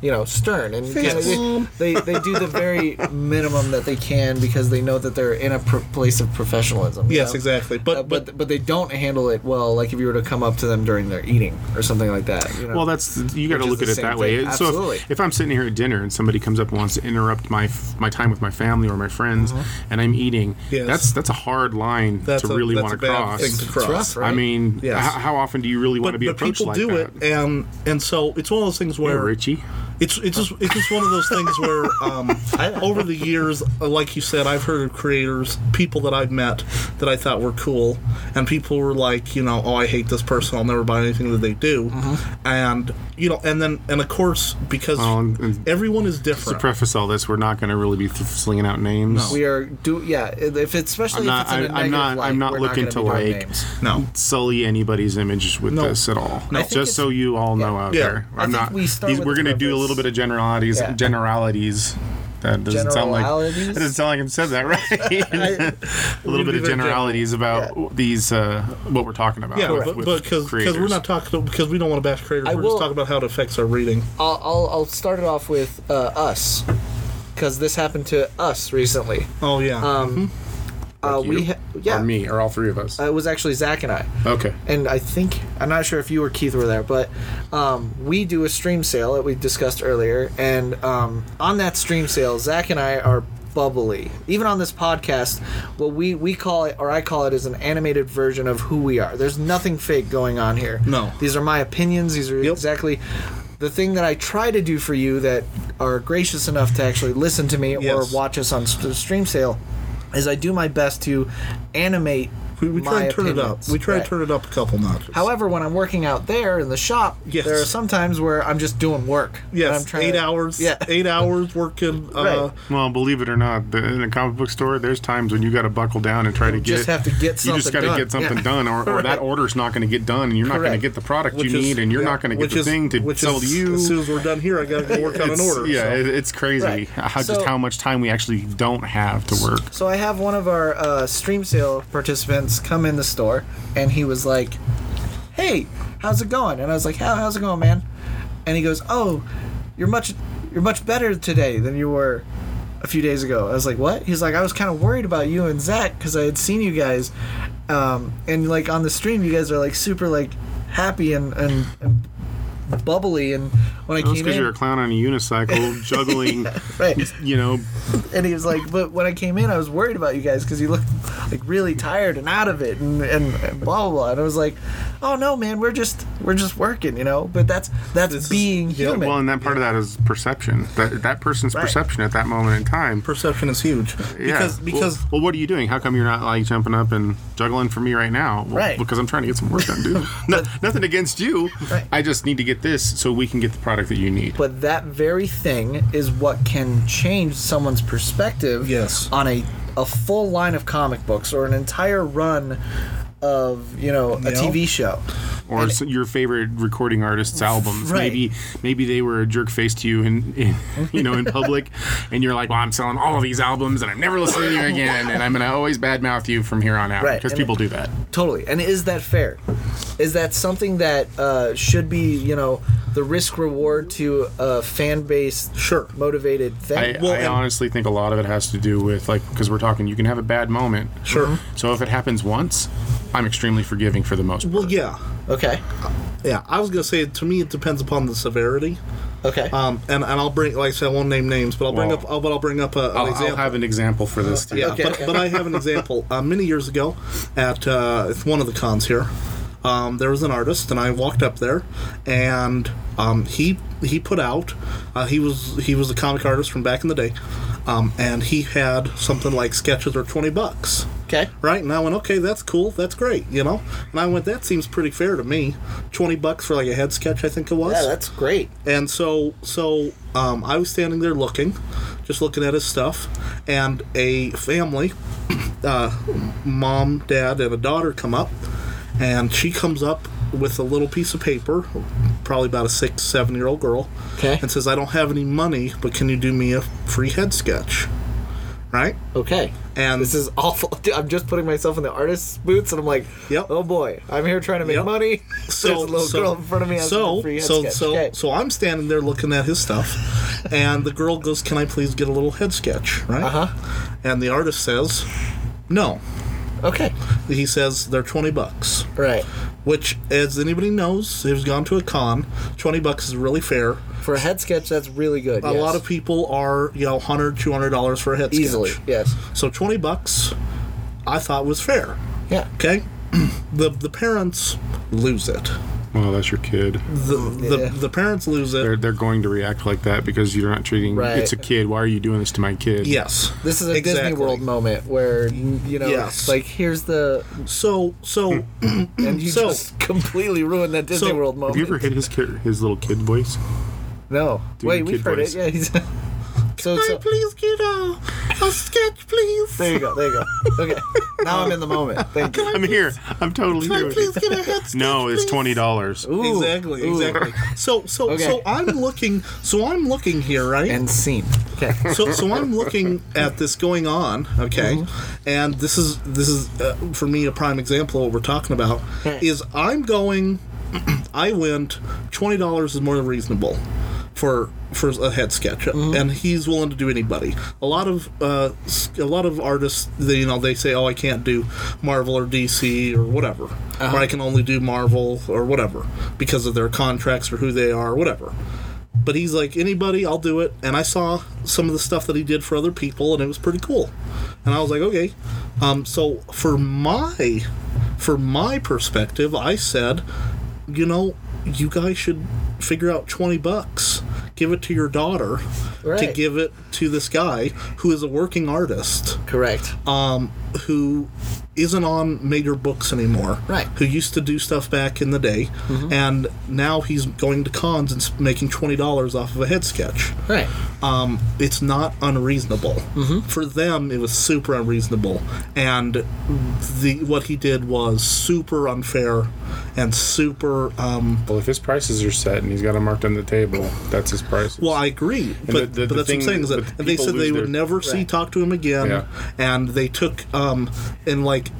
Speaker 4: you know, stern and kinda
Speaker 2: Yes.
Speaker 4: they, they they do the very minimum that they can because they know that they're in a pro- place of professionalism. you
Speaker 2: Yes,
Speaker 4: know?
Speaker 2: exactly. But
Speaker 4: Uh,
Speaker 2: but
Speaker 4: but but they don't handle it well. Like if you were to come up to them during their eating or something like that. You know?
Speaker 3: Well, that's you got
Speaker 4: Which
Speaker 3: to
Speaker 4: is
Speaker 3: look
Speaker 4: the
Speaker 3: at it
Speaker 4: same
Speaker 3: that way.
Speaker 4: thing.
Speaker 3: And So
Speaker 4: Absolutely.
Speaker 3: if, if I'm sitting here at dinner and somebody comes up and wants to interrupt my f- my time with my family or my friends, and I'm eating,
Speaker 2: Uh-huh. Yes.
Speaker 3: that's that's a hard line
Speaker 2: that's
Speaker 3: to
Speaker 2: a,
Speaker 3: really
Speaker 2: that's
Speaker 3: want
Speaker 2: a
Speaker 3: to
Speaker 2: bad
Speaker 3: cross.
Speaker 2: thing to
Speaker 4: It's
Speaker 2: cross.
Speaker 4: rough, right?
Speaker 3: I mean,
Speaker 2: Yes.
Speaker 3: h- how often do you really want to
Speaker 2: But,
Speaker 3: be
Speaker 2: but
Speaker 3: approached
Speaker 2: people
Speaker 3: like
Speaker 2: do
Speaker 3: that?
Speaker 2: it, and and so it's one of those things
Speaker 3: Hey,
Speaker 2: where
Speaker 3: Richie.
Speaker 2: It's it's just it's just one of those things where um, over the years, uh, like you said, I've heard of creators, people that I've met that I thought were cool, and people were like, you know, oh, I hate this person. I'll never buy anything that they do,
Speaker 3: Mm-hmm.
Speaker 2: and you know, and then and of course because
Speaker 3: Well, and- and-
Speaker 2: everyone is
Speaker 3: To
Speaker 2: different.
Speaker 3: preface all this, we're not going to really be th- slinging out names.
Speaker 4: we are do yeah. If it's especially
Speaker 3: I'm not-
Speaker 4: if it's in
Speaker 3: I'm-
Speaker 4: a
Speaker 3: I'm
Speaker 4: negative
Speaker 3: not-
Speaker 4: light,
Speaker 3: I'm not
Speaker 4: we're
Speaker 3: looking
Speaker 4: gonna
Speaker 3: to,
Speaker 4: be doing
Speaker 3: like-
Speaker 4: names.
Speaker 2: no,
Speaker 3: sully anybody's image with
Speaker 2: No.
Speaker 3: this at all.
Speaker 2: No. I
Speaker 4: think
Speaker 3: Just so you all know out
Speaker 2: Yeah.
Speaker 3: there.
Speaker 4: I
Speaker 3: I'm
Speaker 4: think
Speaker 3: not.
Speaker 4: we start
Speaker 3: these-
Speaker 4: with
Speaker 3: we're
Speaker 4: the
Speaker 3: going to do a
Speaker 4: preface.
Speaker 3: little bit of generalities.
Speaker 4: Yeah.
Speaker 3: Generalities. That doesn't sound like that
Speaker 4: Generalities?
Speaker 3: doesn't sound like I've said that right. a little
Speaker 2: We're
Speaker 3: bit
Speaker 2: gonna
Speaker 3: of
Speaker 2: be very
Speaker 3: generalities about these uh, what we're talking about.
Speaker 2: yeah,
Speaker 3: with-
Speaker 2: but
Speaker 3: with
Speaker 2: because we're
Speaker 3: creators.
Speaker 4: Uh,
Speaker 2: not talking because we don't want to bash creators.
Speaker 4: I
Speaker 2: we're
Speaker 4: will-
Speaker 2: just talking about how it affects our reading.
Speaker 4: I'll, I'll I'll start it off with uh, us because this happened to us recently.
Speaker 2: Oh yeah,
Speaker 4: Um, uh,
Speaker 3: mm-hmm. You
Speaker 4: we ha- yeah.
Speaker 3: or me Oh, or all three of us.
Speaker 4: Uh, it was actually Zach and I.
Speaker 3: okay.
Speaker 4: and I think I'm not sure if you or Keith were there, but um, we do a stream sale that we discussed earlier, and um, on that stream sale, Zach and I are bubbly. Even on this podcast, what we we call it, or I call it, is an animated version of who we are. There's nothing fake going on here.
Speaker 2: No.
Speaker 4: these are my opinions. These are
Speaker 2: Yep.
Speaker 4: exactly. the thing that I try to do for you that are gracious enough to actually listen to me
Speaker 2: Yes.
Speaker 4: or watch us on st- stream sale is I do my best to animate.
Speaker 2: We, we try
Speaker 4: my
Speaker 2: and turn it up.
Speaker 4: opinions.
Speaker 2: We try
Speaker 4: Right.
Speaker 2: to turn it up a couple notches.
Speaker 4: However, when I'm working out there in the shop,
Speaker 2: Yes.
Speaker 4: there are some times where I'm just doing work. And I'm
Speaker 2: yes,
Speaker 4: trying
Speaker 2: eight
Speaker 4: to-
Speaker 2: hours.
Speaker 4: Yeah.
Speaker 2: eight hours working. Uh,
Speaker 4: Right.
Speaker 3: Well, believe it or not, the, in a comic book store, there's times when you got to buckle down and try to get.
Speaker 4: just have to get
Speaker 3: You just
Speaker 4: something
Speaker 3: gotta
Speaker 4: done.
Speaker 3: get something
Speaker 4: Yeah.
Speaker 3: done, or, or that order's not going to get done, and you're not going to
Speaker 4: Correct.
Speaker 3: get the product
Speaker 2: which
Speaker 3: you
Speaker 2: is-
Speaker 3: need, and you're
Speaker 2: yeah,
Speaker 3: not going to get
Speaker 2: which
Speaker 3: the
Speaker 2: is-
Speaker 3: thing to
Speaker 2: which
Speaker 3: sell
Speaker 2: is,
Speaker 3: to you.
Speaker 2: As soon as we're done here, I gotta go work on an
Speaker 3: It's-
Speaker 2: order.
Speaker 3: Yeah,
Speaker 2: so.
Speaker 3: it, it's crazy
Speaker 4: Right.
Speaker 3: how
Speaker 4: So-
Speaker 3: just how much time we actually don't have to work.
Speaker 4: So I have one of our uh, stream sale participants come in the store, and he was like, "Hey, how's it going?" And I was like, "How how's it going, man?" And he goes, "Oh, you're much you're much better today than you were a few days ago." I was like, "What?" He's like, "I was kind of worried about you and Zach because I had seen you guys, um, and like on the stream, you guys are like super like happy and and." and bubbly and when I
Speaker 3: That's
Speaker 4: came
Speaker 3: because
Speaker 4: in
Speaker 3: you're a clown on a unicycle juggling,
Speaker 4: right
Speaker 3: you know,
Speaker 4: and he was like, "But when I came in, I was worried about you guys because you looked like really tired and out of it, and, and, and blah blah blah." And I was like, "Oh no, man, we're just we're just working, you know." But that's that's being human.
Speaker 3: Well, and that part of that is perception. That that person's
Speaker 4: Right.
Speaker 3: perception at that moment in time.
Speaker 2: Perception is huge
Speaker 3: Yeah.
Speaker 2: because because
Speaker 3: well, well, what are you doing? How come you're not like jumping up and juggling for me right now? Well,
Speaker 4: Right.
Speaker 3: Because I'm trying to get some work done, dude. no, nothing against you.
Speaker 4: Right.
Speaker 3: I just need to get this so we can get the product that you need.
Speaker 4: but that very thing is what can change someone's perspective
Speaker 2: Yes.
Speaker 4: on a, a full line of comic books or an entire run of you know a
Speaker 2: Yeah.
Speaker 4: tv show
Speaker 3: or s your favorite recording artist's albums.
Speaker 4: Right.
Speaker 3: Maybe maybe they were a jerk face to you in, in you know in public, and you're like, "Well, I'm selling all of these albums, and I'm never listening to you again, and I'm gonna always badmouth you from here on out."
Speaker 4: Right,
Speaker 3: Because
Speaker 4: and
Speaker 3: people
Speaker 4: it-
Speaker 3: do that.
Speaker 4: Totally. And is that fair? Is that something that uh, should be, you know, the risk reward to a fan based,
Speaker 2: Sure.
Speaker 4: motivated thing?
Speaker 3: I,
Speaker 2: Well,
Speaker 3: I
Speaker 2: and-
Speaker 3: honestly think a lot of it has to do with like because we're talking, you can have a bad moment. Mm-hmm.
Speaker 2: sure.
Speaker 3: So if it happens once, I'm extremely forgiving for the most. part.
Speaker 2: Well, yeah,
Speaker 4: okay.
Speaker 2: yeah. I was gonna say to me it depends upon the severity.
Speaker 4: Okay.
Speaker 2: Um, and, and I'll bring like I said, I won't name names, but I'll bring
Speaker 3: Well,
Speaker 2: up I'll, but I'll bring up a, an
Speaker 3: I'll, I'll
Speaker 2: example.
Speaker 3: have an example for this. Too.
Speaker 2: yeah,
Speaker 4: Okay,
Speaker 2: but,
Speaker 4: okay.
Speaker 2: but I have an example. Uh, many years ago, at uh, it's one of the cons here, um, there was an artist, and I walked up there, and um, he he put out uh, he was he was a comic artist from back in the day, um, and he had something like sketches or twenty bucks
Speaker 4: okay.
Speaker 2: right? And I went, okay, that's cool, that's great, you know. And I went, that seems pretty fair to me, twenty bucks for like a head sketch, I think it was.
Speaker 4: Yeah, that's great.
Speaker 2: and so, so um, I was standing there looking, just looking at his stuff, and a family, uh, mom, dad, and a daughter come up, and she comes up with a little piece of paper, probably about a six, seven year old girl,
Speaker 4: Okay.
Speaker 2: and says, I don't have any money, but can you do me a free head sketch? Right?
Speaker 4: Okay.
Speaker 2: And
Speaker 4: This is awful. Dude, I'm just putting myself in the artist's boots and I'm like,
Speaker 2: Yep.
Speaker 4: oh boy, I'm here trying to make
Speaker 2: Yep.
Speaker 4: money.
Speaker 2: so,
Speaker 4: There's a little
Speaker 2: so,
Speaker 4: girl in front of me. asking
Speaker 2: So,
Speaker 4: for free head
Speaker 2: so,
Speaker 4: sketch.
Speaker 2: so,
Speaker 4: Okay.
Speaker 2: so I'm standing there looking at his stuff, and the girl goes, "Can I please get a little head sketch?" Right?
Speaker 4: Uh huh.
Speaker 2: And the artist says, "No."
Speaker 4: Okay.
Speaker 2: He says they're twenty bucks,
Speaker 4: Right.
Speaker 2: which, as anybody knows, who's gone to a con, twenty bucks is really fair.
Speaker 4: For a head sketch, that's really good.
Speaker 2: A
Speaker 4: yes.
Speaker 2: lot of people are, you know, hundred, two hundred dollars for a head
Speaker 4: Easily.
Speaker 2: sketch.
Speaker 4: Yes.
Speaker 2: So twenty bucks, I thought was fair.
Speaker 4: Yeah.
Speaker 2: Okay, the the parents lose it.
Speaker 3: Well, that's your kid.
Speaker 2: The the,
Speaker 4: Yeah.
Speaker 2: the parents lose it.
Speaker 3: They're they're going to react like that because you're not treating.
Speaker 4: Right.
Speaker 3: It's a kid. Why are you doing this to my kid?
Speaker 2: yes,
Speaker 4: This is a
Speaker 2: Exactly.
Speaker 4: Disney World moment where you know,
Speaker 2: Yes.
Speaker 4: like here's the
Speaker 2: So so
Speaker 4: Hmm. and you
Speaker 2: So-
Speaker 4: just completely ruined that Disney
Speaker 2: So,
Speaker 4: World moment.
Speaker 3: Have you ever hit his kid, his little kid voice?
Speaker 4: no, wait,
Speaker 3: kid
Speaker 4: we've heard
Speaker 3: voice.
Speaker 4: it. Yeah, he's. so, so
Speaker 2: please get a, a sketch, please?
Speaker 4: there you go, there you go. Okay, now I'm in the moment. Thank you.
Speaker 3: I'm here. I'm totally here.
Speaker 2: get a head sketch?
Speaker 3: No, it's twenty dollars.
Speaker 4: Ooh,
Speaker 2: Exactly,
Speaker 4: ooh.
Speaker 2: exactly. So so
Speaker 4: Okay.
Speaker 2: so I'm looking so I'm looking here, right?
Speaker 4: And scene. Okay.
Speaker 2: so so I'm looking at this going on, okay? And this is this is uh, for me a prime example of what we're talking about is I'm going I went $20 is more than reasonable for for a head sketch and he's willing to do anybody. A lot of uh, s- a lot of artists they, you know they say oh I can't do Marvel or DC or whatever. Or I can only do Marvel or whatever because of their contracts or who they are or whatever but he's like anybody i'll do it and i saw some of the stuff that he did for other people and it was pretty cool and i was like okay um, so for my for my perspective i said you know you guys should figure out 20 bucks give it to your daughter to
Speaker 4: Right.
Speaker 2: give it to this guy who is a working artist
Speaker 4: Correct.
Speaker 2: um, who isn't on major books anymore
Speaker 4: Right.
Speaker 2: who used to do stuff back in the day and now he's going to cons and s- making $20 off of a head sketch
Speaker 4: right.
Speaker 2: um, it's not unreasonable. For them, it was super unreasonable, and the what he did was super unfair and super. Um,
Speaker 3: Well, if his prices are set and he's got them marked on the table, that's his price.
Speaker 2: well, I agree, but,
Speaker 3: the- the
Speaker 2: but that's
Speaker 3: thing
Speaker 2: what I'm saying is that
Speaker 3: with
Speaker 2: and they
Speaker 3: people
Speaker 2: said they
Speaker 3: lose
Speaker 2: would
Speaker 3: their-
Speaker 2: never see
Speaker 4: Right.
Speaker 2: talk to him again,
Speaker 3: Yeah.
Speaker 2: and they took um, and like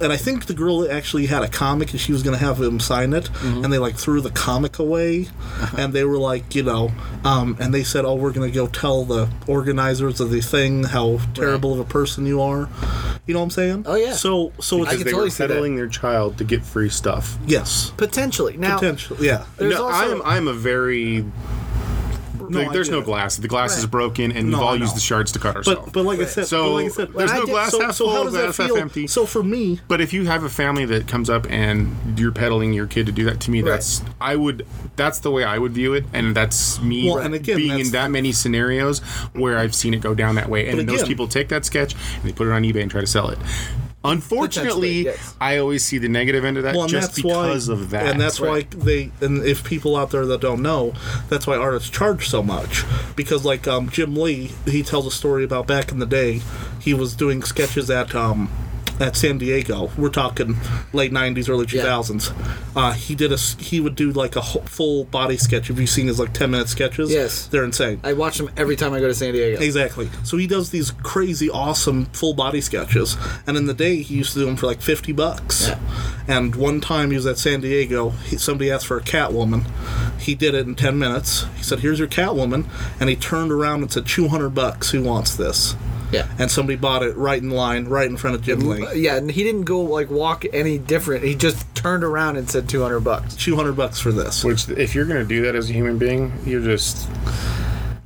Speaker 2: and I think the girl actually had a comic and she was going to have him sign it,
Speaker 3: Mm-hmm.
Speaker 2: and they like threw the comic away, and they were like you know, um, and they said oh we're going to go tell the organizers of the thing how terrible of a person you are, you know what I'm saying?
Speaker 4: Oh, yeah.
Speaker 2: So so
Speaker 4: I
Speaker 2: it's,
Speaker 3: because
Speaker 4: can
Speaker 3: they
Speaker 4: totally
Speaker 3: were
Speaker 4: see that.
Speaker 3: peddling their child to get free stuff.
Speaker 2: yes
Speaker 4: Potentially. Now,
Speaker 2: potentially yeah.
Speaker 4: There's
Speaker 3: no,
Speaker 4: also-
Speaker 3: I'm I'm a very like,
Speaker 2: I
Speaker 3: there's
Speaker 2: get
Speaker 3: no
Speaker 2: it.
Speaker 3: glass. The glass is
Speaker 4: Right.
Speaker 3: broken, and
Speaker 2: No,
Speaker 3: we've all
Speaker 2: I know.
Speaker 3: used the shards to cut ourselves.
Speaker 2: But, but like I said,
Speaker 3: So,
Speaker 2: but like I said,
Speaker 3: there's
Speaker 2: when
Speaker 3: no
Speaker 2: I did-
Speaker 3: glass
Speaker 2: so,
Speaker 3: half
Speaker 2: so how
Speaker 3: full,
Speaker 2: does that
Speaker 3: glass half
Speaker 2: feel?
Speaker 3: empty.
Speaker 2: So for me,
Speaker 3: But if you have a family that comes up and you're peddling your kid to do that, to me, that's I would that's the way I would view it, and that's me
Speaker 2: Well, and again,
Speaker 3: being
Speaker 2: that's-
Speaker 3: in that many scenarios where I've seen it go down that way, and
Speaker 2: But
Speaker 3: then those
Speaker 2: again-
Speaker 3: people take that sketch and they put it on eBay and try to sell it. Unfortunately,
Speaker 4: Potentially, yes.
Speaker 3: I always see the negative end of that
Speaker 2: Well, and
Speaker 3: just
Speaker 2: that's why-
Speaker 3: because of that.
Speaker 2: And that's
Speaker 4: Right.
Speaker 2: why they and if people out there that don't know, that's why artists charge so much because like um, Jim Lee, he tells a story about back in the day, he was doing sketches at um, at San Diego. We're talking late '90s, early 2000s. Uh, he did a s- he would do like a whole, full body sketch. Have you seen his like 10 minute sketches?
Speaker 4: Yes.
Speaker 2: they're insane.
Speaker 4: I watch them every time I go to San Diego.
Speaker 2: Exactly. So he does these crazy, awesome full body sketches, and in the day he used to do them for like fifty bucks.
Speaker 4: Yeah.
Speaker 2: And one time he was at San Diego, he, somebody asked for a Catwoman. He did it in ten minutes. He said, "Here's your Catwoman," and he turned around and said, 200 bucks. Who wants this?"
Speaker 4: Yeah.
Speaker 2: And somebody bought it right in line, right in front of Jim Lee.
Speaker 4: Yeah, and he didn't go like walk any different. He just turned around and said 200 bucks.
Speaker 2: 200 bucks for this.
Speaker 3: Which, if you're going to do that as a human being, you're just.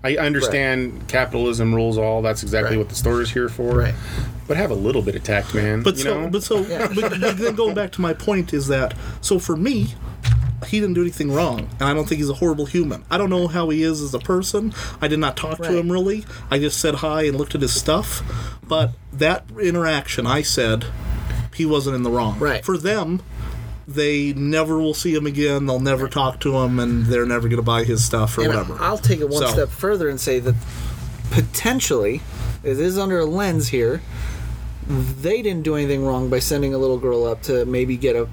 Speaker 3: I understand capitalism rules all. That's exactly
Speaker 4: Right.
Speaker 3: what the store is here for.
Speaker 4: Right.
Speaker 3: But have a little bit of tact, man.
Speaker 2: But
Speaker 3: you
Speaker 2: so,
Speaker 3: know?
Speaker 2: but so,
Speaker 4: Yeah.
Speaker 2: but, but then going back to my point is that so for me, he didn't do anything wrong, and I don't think he's a horrible human. I don't know how he is as a person. I did not talk
Speaker 4: Right.
Speaker 2: to him really. I just said hi and looked at his stuff, but that interaction, I said he wasn't in the wrong.
Speaker 4: Right.
Speaker 2: For them, they never will see him again. They'll never talk to him, and they're never going to buy his stuff or
Speaker 4: And
Speaker 2: whatever.
Speaker 4: I'll take it one
Speaker 2: So-
Speaker 4: step further and say that potentially, it is under a lens here, they didn't do anything wrong by sending a little girl up to maybe get a,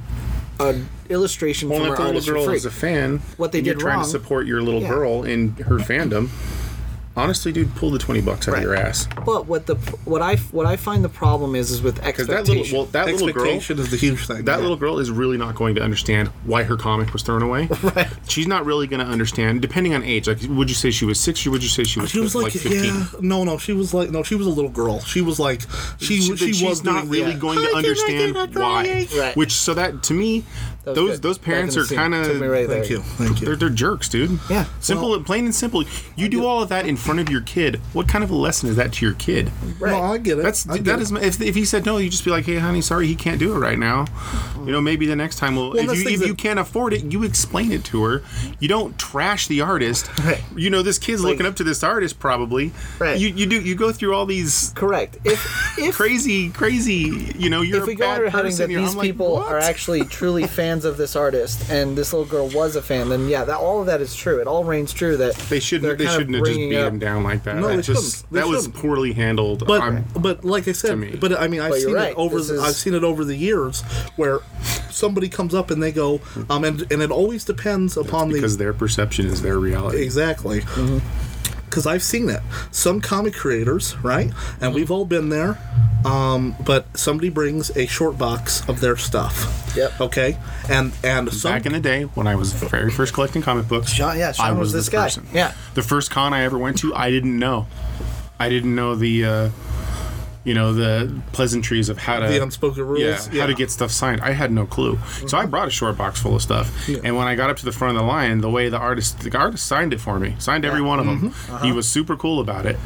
Speaker 4: a illustration
Speaker 3: well, if
Speaker 4: from her
Speaker 3: the little
Speaker 4: artist
Speaker 3: girl
Speaker 4: for free.
Speaker 3: is a fan,
Speaker 4: What they
Speaker 3: and you're
Speaker 4: did
Speaker 3: trying
Speaker 4: wrong-
Speaker 3: to support your little
Speaker 4: Yeah.
Speaker 3: girl in her fandom. Honestly, dude, pull the twenty bucks out
Speaker 4: Right.
Speaker 3: of your ass
Speaker 4: but what the what I what I find the problem is is with
Speaker 3: because
Speaker 4: expectation.
Speaker 3: that little well, that little girl
Speaker 2: Expectation is the huge thing.
Speaker 3: That little girl is really not going to understand why her comic was thrown away. Right. She's not really going to understand, depending on age. Like, would you say she was six or would you say she was,
Speaker 2: She was like,
Speaker 3: 15?
Speaker 2: yeah, no, no. She was like, no. She was a little girl. She was like, she,
Speaker 3: she,
Speaker 2: she,
Speaker 3: that she's
Speaker 2: was
Speaker 3: not
Speaker 2: doing-
Speaker 3: really
Speaker 2: yeah.
Speaker 3: going
Speaker 2: How
Speaker 3: to
Speaker 2: can I
Speaker 3: understand
Speaker 2: get a
Speaker 3: why.
Speaker 2: drink?
Speaker 4: Right.
Speaker 3: Which so that to me,
Speaker 4: That was
Speaker 3: those
Speaker 4: good.
Speaker 3: those
Speaker 4: Back
Speaker 3: parents
Speaker 4: in
Speaker 3: are
Speaker 4: the scene.
Speaker 3: kind
Speaker 4: Took
Speaker 3: of
Speaker 4: me right there.
Speaker 2: Thank you, thank
Speaker 3: they're
Speaker 2: you.
Speaker 3: they're jerks, dude.
Speaker 4: Yeah.
Speaker 3: Simple, plain and simple. You do all of that in front of your kid. What kind of a lesson is that to your kid?
Speaker 4: Right.
Speaker 2: No, I get it.
Speaker 3: That's
Speaker 2: I get
Speaker 3: that
Speaker 2: it.
Speaker 3: is my if, if he said no, you just be like, hey, honey, sorry, he can't do it right now. You know, maybe the next time we'll.
Speaker 2: Well, that's
Speaker 3: if you,
Speaker 2: the
Speaker 3: if
Speaker 2: thing
Speaker 3: you
Speaker 2: that-
Speaker 3: can't afford it, you explain it to her. You don't trash the artist.
Speaker 4: Right.
Speaker 3: You know, this kid's looking up to this artist probably.
Speaker 4: Right.
Speaker 3: You you do you go through all these
Speaker 4: correct. If if
Speaker 3: crazy, crazy. You know, you're
Speaker 4: if we
Speaker 3: a
Speaker 4: go
Speaker 3: bad
Speaker 4: under heading
Speaker 3: person.
Speaker 4: that
Speaker 3: you're-
Speaker 4: these
Speaker 3: I'm like,
Speaker 4: people
Speaker 3: "What?"
Speaker 4: are actually truly fans of this artist and this little girl was a fan, then yeah, that all of that is true. It all reigns true that
Speaker 3: They shouldn't.
Speaker 4: they're
Speaker 3: They
Speaker 4: kind of
Speaker 3: shouldn't have just
Speaker 4: bringing
Speaker 3: beat
Speaker 4: up-
Speaker 3: him down like that.
Speaker 2: No,
Speaker 3: that
Speaker 2: they
Speaker 3: just
Speaker 2: shouldn't. They
Speaker 3: that was
Speaker 2: shouldn't.
Speaker 3: poorly handled. um,
Speaker 2: But
Speaker 3: I'm-
Speaker 2: but like I said,
Speaker 3: me.
Speaker 2: but I mean I've
Speaker 4: But you're
Speaker 2: seen
Speaker 4: right,
Speaker 2: it over
Speaker 4: this
Speaker 2: the,
Speaker 4: is-
Speaker 2: I've seen it over the years where somebody comes up and they go um and and it always depends upon the
Speaker 3: because their perception is their reality.
Speaker 2: Exactly.
Speaker 4: Mm-hmm.
Speaker 2: Because I've seen it. Some comic creators, right? And we've all been there. Um, but somebody brings a short box of their stuff.
Speaker 4: Yep.
Speaker 2: Okay. And and some
Speaker 3: Back in the day, when I was very first collecting comic books,
Speaker 4: Sean- yeah, Sean
Speaker 3: I
Speaker 4: was
Speaker 3: was,
Speaker 4: this
Speaker 3: this
Speaker 4: guy.
Speaker 3: person.
Speaker 4: Yeah.
Speaker 3: the first con I ever went to, I didn't know. I didn't know the, uh, you know, the pleasantries of how to
Speaker 2: The unspoken rules,
Speaker 3: yeah,
Speaker 2: yeah. Mm-hmm.
Speaker 3: how to get stuff signed. I had no clue, so I brought a short box full of stuff. And when I got up to the front of the line, the way the artist, the artist signed it for me, signed every one of them.
Speaker 2: Mm-hmm. Uh-huh.
Speaker 3: He was super cool about it.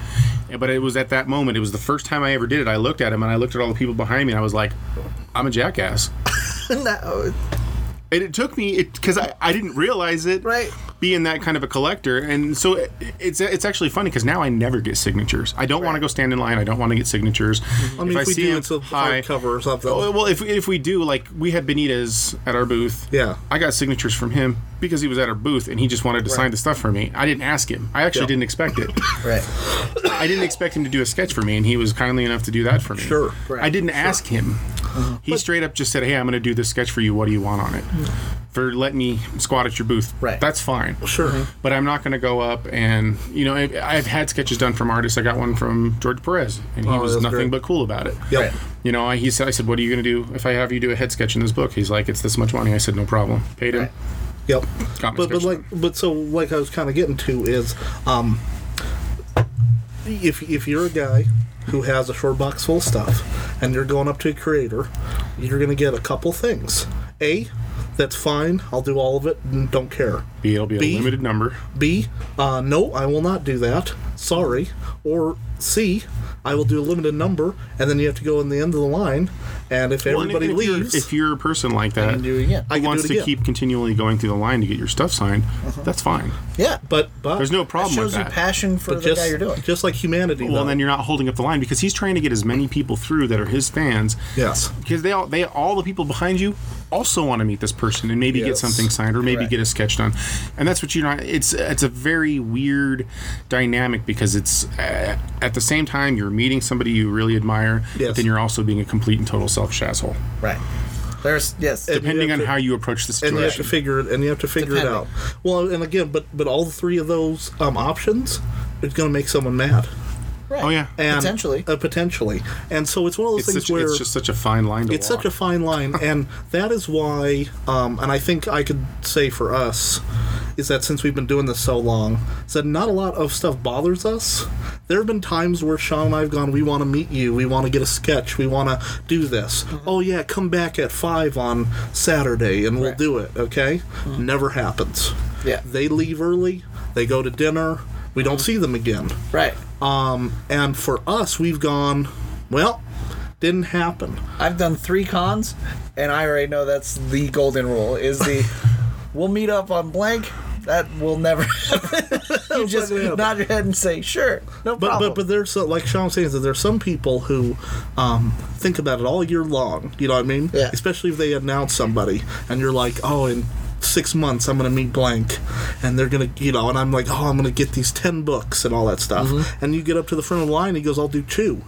Speaker 3: And- But it was at that moment. It was the first time I ever did it. I looked at him and I looked at all the people behind me, and I was like, "I'm a jackass."
Speaker 4: No,
Speaker 3: And it took me it because I, I didn't realize it
Speaker 4: Right.
Speaker 3: being that kind of a collector and so it, it's it's actually funny because now I never get signatures I don't want to go stand in line I don't want to get signatures
Speaker 2: Mm-hmm. I mean, if, we do, it's a
Speaker 3: hi-
Speaker 2: hardcover or something.
Speaker 3: Oh, well, if if we do, like we had Benitez at our booth.
Speaker 2: Yeah.
Speaker 3: I got signatures from him because he was at our booth and he just wanted to sign the stuff for me. I didn't ask him. I actually
Speaker 2: Yeah.
Speaker 3: didn't expect it.
Speaker 4: Right.
Speaker 3: I didn't expect him to do a sketch for me, and he was kindly enough to do that for me.
Speaker 2: Sure. Uh-huh.
Speaker 4: Right.
Speaker 3: I didn't ask him. He straight up just said, "Hey, I'm going to do this sketch for you. What do you want on it?" For letting me squat at your booth.
Speaker 4: Right.
Speaker 3: That's fine
Speaker 2: Mm-hmm. sure.
Speaker 3: but I'm not going to go up and you know I've, I've had sketches done from artists. I got one from George Perez, and he
Speaker 2: Oh,
Speaker 3: was
Speaker 2: that's
Speaker 3: nothing
Speaker 2: great.
Speaker 3: but cool about it.
Speaker 2: Yep. Right.
Speaker 3: You know, I, he said, I said, "What are you going to do if I have you do a head sketch in this book?" He's like, "It's this much money." I said, "No problem." Paid him.
Speaker 4: Right.
Speaker 2: Yep.
Speaker 3: Got my
Speaker 2: But but
Speaker 3: sketch
Speaker 2: like but so like I was kind of getting to is um if if you're a guy who has a short box full of stuff and you're going up to a creator, you're gonna get a couple things. A, that's fine. I'll do all of it. and Don't care.
Speaker 3: B, it'll be a
Speaker 2: B?
Speaker 3: limited number.
Speaker 2: B, uh, no, I will not do that. Sorry. Or C, I will do a limited number, and then you have to go in the end of the line. And if
Speaker 3: Well, and
Speaker 2: everybody
Speaker 3: if you're-
Speaker 2: leaves,
Speaker 3: if you're a person like that,
Speaker 4: do it again.
Speaker 2: I
Speaker 3: who
Speaker 2: can
Speaker 3: wants
Speaker 2: do it
Speaker 3: to
Speaker 2: again. Uh-huh.
Speaker 3: keep continually going through the line to get your stuff signed, that's fine.
Speaker 4: Yeah.
Speaker 2: but but
Speaker 3: There's no
Speaker 4: That
Speaker 3: problem with
Speaker 4: shows your
Speaker 3: that.
Speaker 4: passion for
Speaker 2: but
Speaker 4: the
Speaker 2: just
Speaker 4: guy you're doing.
Speaker 2: just like humanity.
Speaker 3: well,
Speaker 2: though.
Speaker 3: then you're not holding up the line because he's trying to get as many people through that are his fans.
Speaker 2: yes,
Speaker 3: because they all they all the people behind you also want to meet this person and maybe get
Speaker 2: Yes.
Speaker 3: something signed or maybe
Speaker 4: Correct.
Speaker 3: get a sketch done and that's what you're not it's it's a very weird dynamic because it's uh, at the same time you're meeting somebody you really admire but
Speaker 2: Yes.
Speaker 3: then you're also being a complete and total selfish asshole
Speaker 4: Right. There's yes.
Speaker 2: And-
Speaker 3: depending on
Speaker 2: to-
Speaker 3: how you approach the
Speaker 2: and you have to
Speaker 3: situation
Speaker 2: figure it and you have to figure it out.
Speaker 4: Depending.
Speaker 2: Well, and again, but but all three of those um, options, it's going to make someone mad.
Speaker 4: right.
Speaker 3: oh yeah
Speaker 2: And,
Speaker 4: Potentially.
Speaker 2: uh, potentially, and so it's one of those
Speaker 3: it's,
Speaker 2: things
Speaker 3: such,
Speaker 2: where
Speaker 3: it's just such a fine line to
Speaker 2: it's
Speaker 3: walk.
Speaker 2: such a fine line and that is why um, and i think i could say for us is that since we've been doing this so long is that not a lot of stuff bothers us there have been times where sean and i have gone we want to meet you we want to get a sketch we want to do this
Speaker 4: Mm-hmm.
Speaker 2: oh yeah come back at five on saturday and we'll
Speaker 4: Right. Mm-hmm.
Speaker 2: do it okay never happens
Speaker 4: Yeah. Mm-hmm.
Speaker 2: they leave early they go to dinner we don't see them again
Speaker 4: Right.
Speaker 2: um, and for us we've gone well didn't happen
Speaker 4: I've done three cons, and I already know that's the golden rule: is the we'll meet up on blank. That will never happen. you just
Speaker 2: gonna happen.
Speaker 4: nod your head and say, "Sure, no
Speaker 2: But,
Speaker 4: problem."
Speaker 2: but but there's uh, like Sean was saying that there's some people who um, think about it all year long. You know what I mean?
Speaker 4: Yeah.
Speaker 2: Especially if they announce somebody and you're like, oh, in six months I'm gonna meet blank, and they're gonna you know, and I'm like, oh, I'm gonna get these ten books and all that stuff. And you get up to the front of the line, and he goes, I'll do two,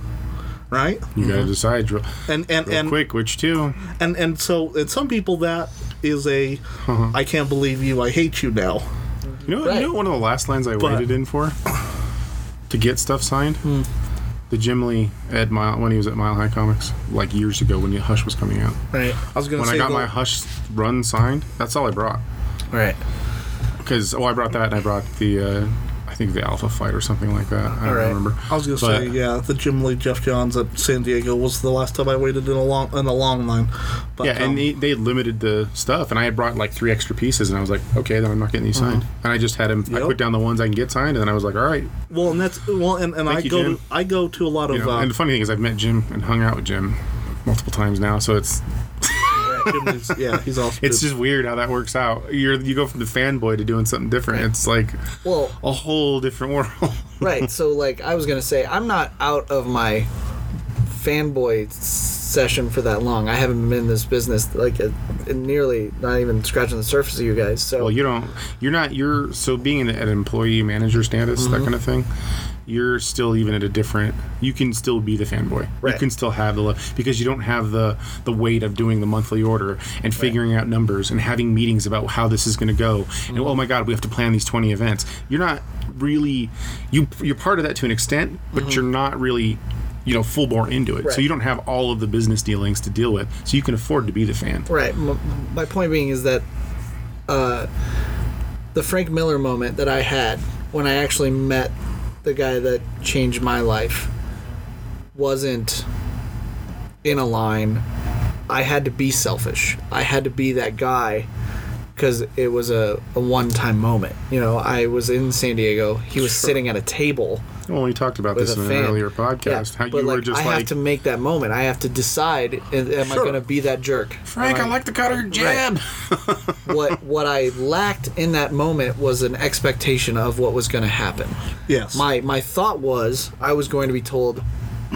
Speaker 2: right?
Speaker 3: you gotta decide real,
Speaker 2: And and
Speaker 3: real
Speaker 2: and
Speaker 3: quick which two
Speaker 2: and and so and some people that is a,
Speaker 3: Uh-huh.
Speaker 2: I can't believe you, I hate you now.
Speaker 3: You know,
Speaker 4: Right.
Speaker 3: you know, one of the last lines I
Speaker 2: But- Hmm.
Speaker 3: waited in for to get stuff signed. The Jim Lee at Mile when he was at Mile High Comics, like years ago when the Hush was coming out.
Speaker 4: right,
Speaker 2: I was gonna
Speaker 3: When
Speaker 2: say
Speaker 3: I got
Speaker 2: the-
Speaker 3: my Hush run signed, that's all I brought.
Speaker 4: right,
Speaker 3: Because oh, I brought that and I brought the, uh, I think the Alpha Fight or something like that. I don't
Speaker 4: right.
Speaker 3: remember.
Speaker 2: I was gonna
Speaker 3: But-
Speaker 2: say, yeah, the Jim Lee Jeff Johns at San Diego was the last time I waited in a long in a long line. But,
Speaker 3: Yeah,
Speaker 2: um,
Speaker 3: and they, they limited the stuff, and I had brought like three extra pieces, and I was like, okay, then I'm not getting these signed. And I just had him. I
Speaker 2: Yep.
Speaker 3: put down the ones I can get signed, and then I was like, all right.
Speaker 2: well, and that's well, and, and I
Speaker 3: Thank you,
Speaker 2: go
Speaker 3: Jim.
Speaker 2: to, I go to a lot of
Speaker 3: You know,
Speaker 2: uh,
Speaker 3: and the funny thing is, I've met Jim and hung out with Jim multiple times now, so it's
Speaker 2: Jim Lee's, yeah, he's awesome.
Speaker 3: It's
Speaker 2: dude.
Speaker 3: just weird how that works out. You're you go from the fanboy to doing something different. It's like
Speaker 4: Well-
Speaker 3: a whole different world.
Speaker 4: right. So, like, I was gonna say, I'm not out of my fanboy s- session for that long. I haven't been in this business like a, nearly not even scratching the surface of you guys. So,
Speaker 3: well, you don't. You're not. You're so being an, an employee manager status, that
Speaker 4: Mm-hmm.
Speaker 3: kind of thing. You're still even at a different. You can still be the fanboy. You
Speaker 4: Right.
Speaker 3: can still have the love because you don't have the the weight of doing the monthly order and figuring out numbers and having meetings about how this is going to go.
Speaker 4: Mm-hmm.
Speaker 3: And oh my God, we have to plan these 20 events. You're not really. You you're part of that to an extent, but you're not really. You know, full bore into it, so
Speaker 4: Mm-hmm. Right.
Speaker 3: you don't have all of the business dealings to deal with, so you can afford to be the fan.
Speaker 4: Right. M- my point being is that uh, the Frank Miller moment that I had when I actually met the guy that changed my life wasn't in a line. I had to be selfish. I had to be that guy because it was a, a one time moment. You know, I was in San Diego. He was sitting at a table
Speaker 3: Well, we talked about
Speaker 4: with
Speaker 3: this
Speaker 4: a
Speaker 3: in
Speaker 4: fan.
Speaker 3: an earlier podcast.
Speaker 4: Yeah,
Speaker 3: how
Speaker 4: but
Speaker 3: you
Speaker 4: like,
Speaker 3: were just
Speaker 4: I
Speaker 3: like,
Speaker 4: have to make that moment. I have to decide: am am I
Speaker 2: Sure.
Speaker 4: going to be that jerk?
Speaker 3: Frank, I like the cut of your jab.
Speaker 4: what what I lacked in that moment was an expectation of what was going to happen.
Speaker 2: Yes.
Speaker 4: My my thought was I was going to be told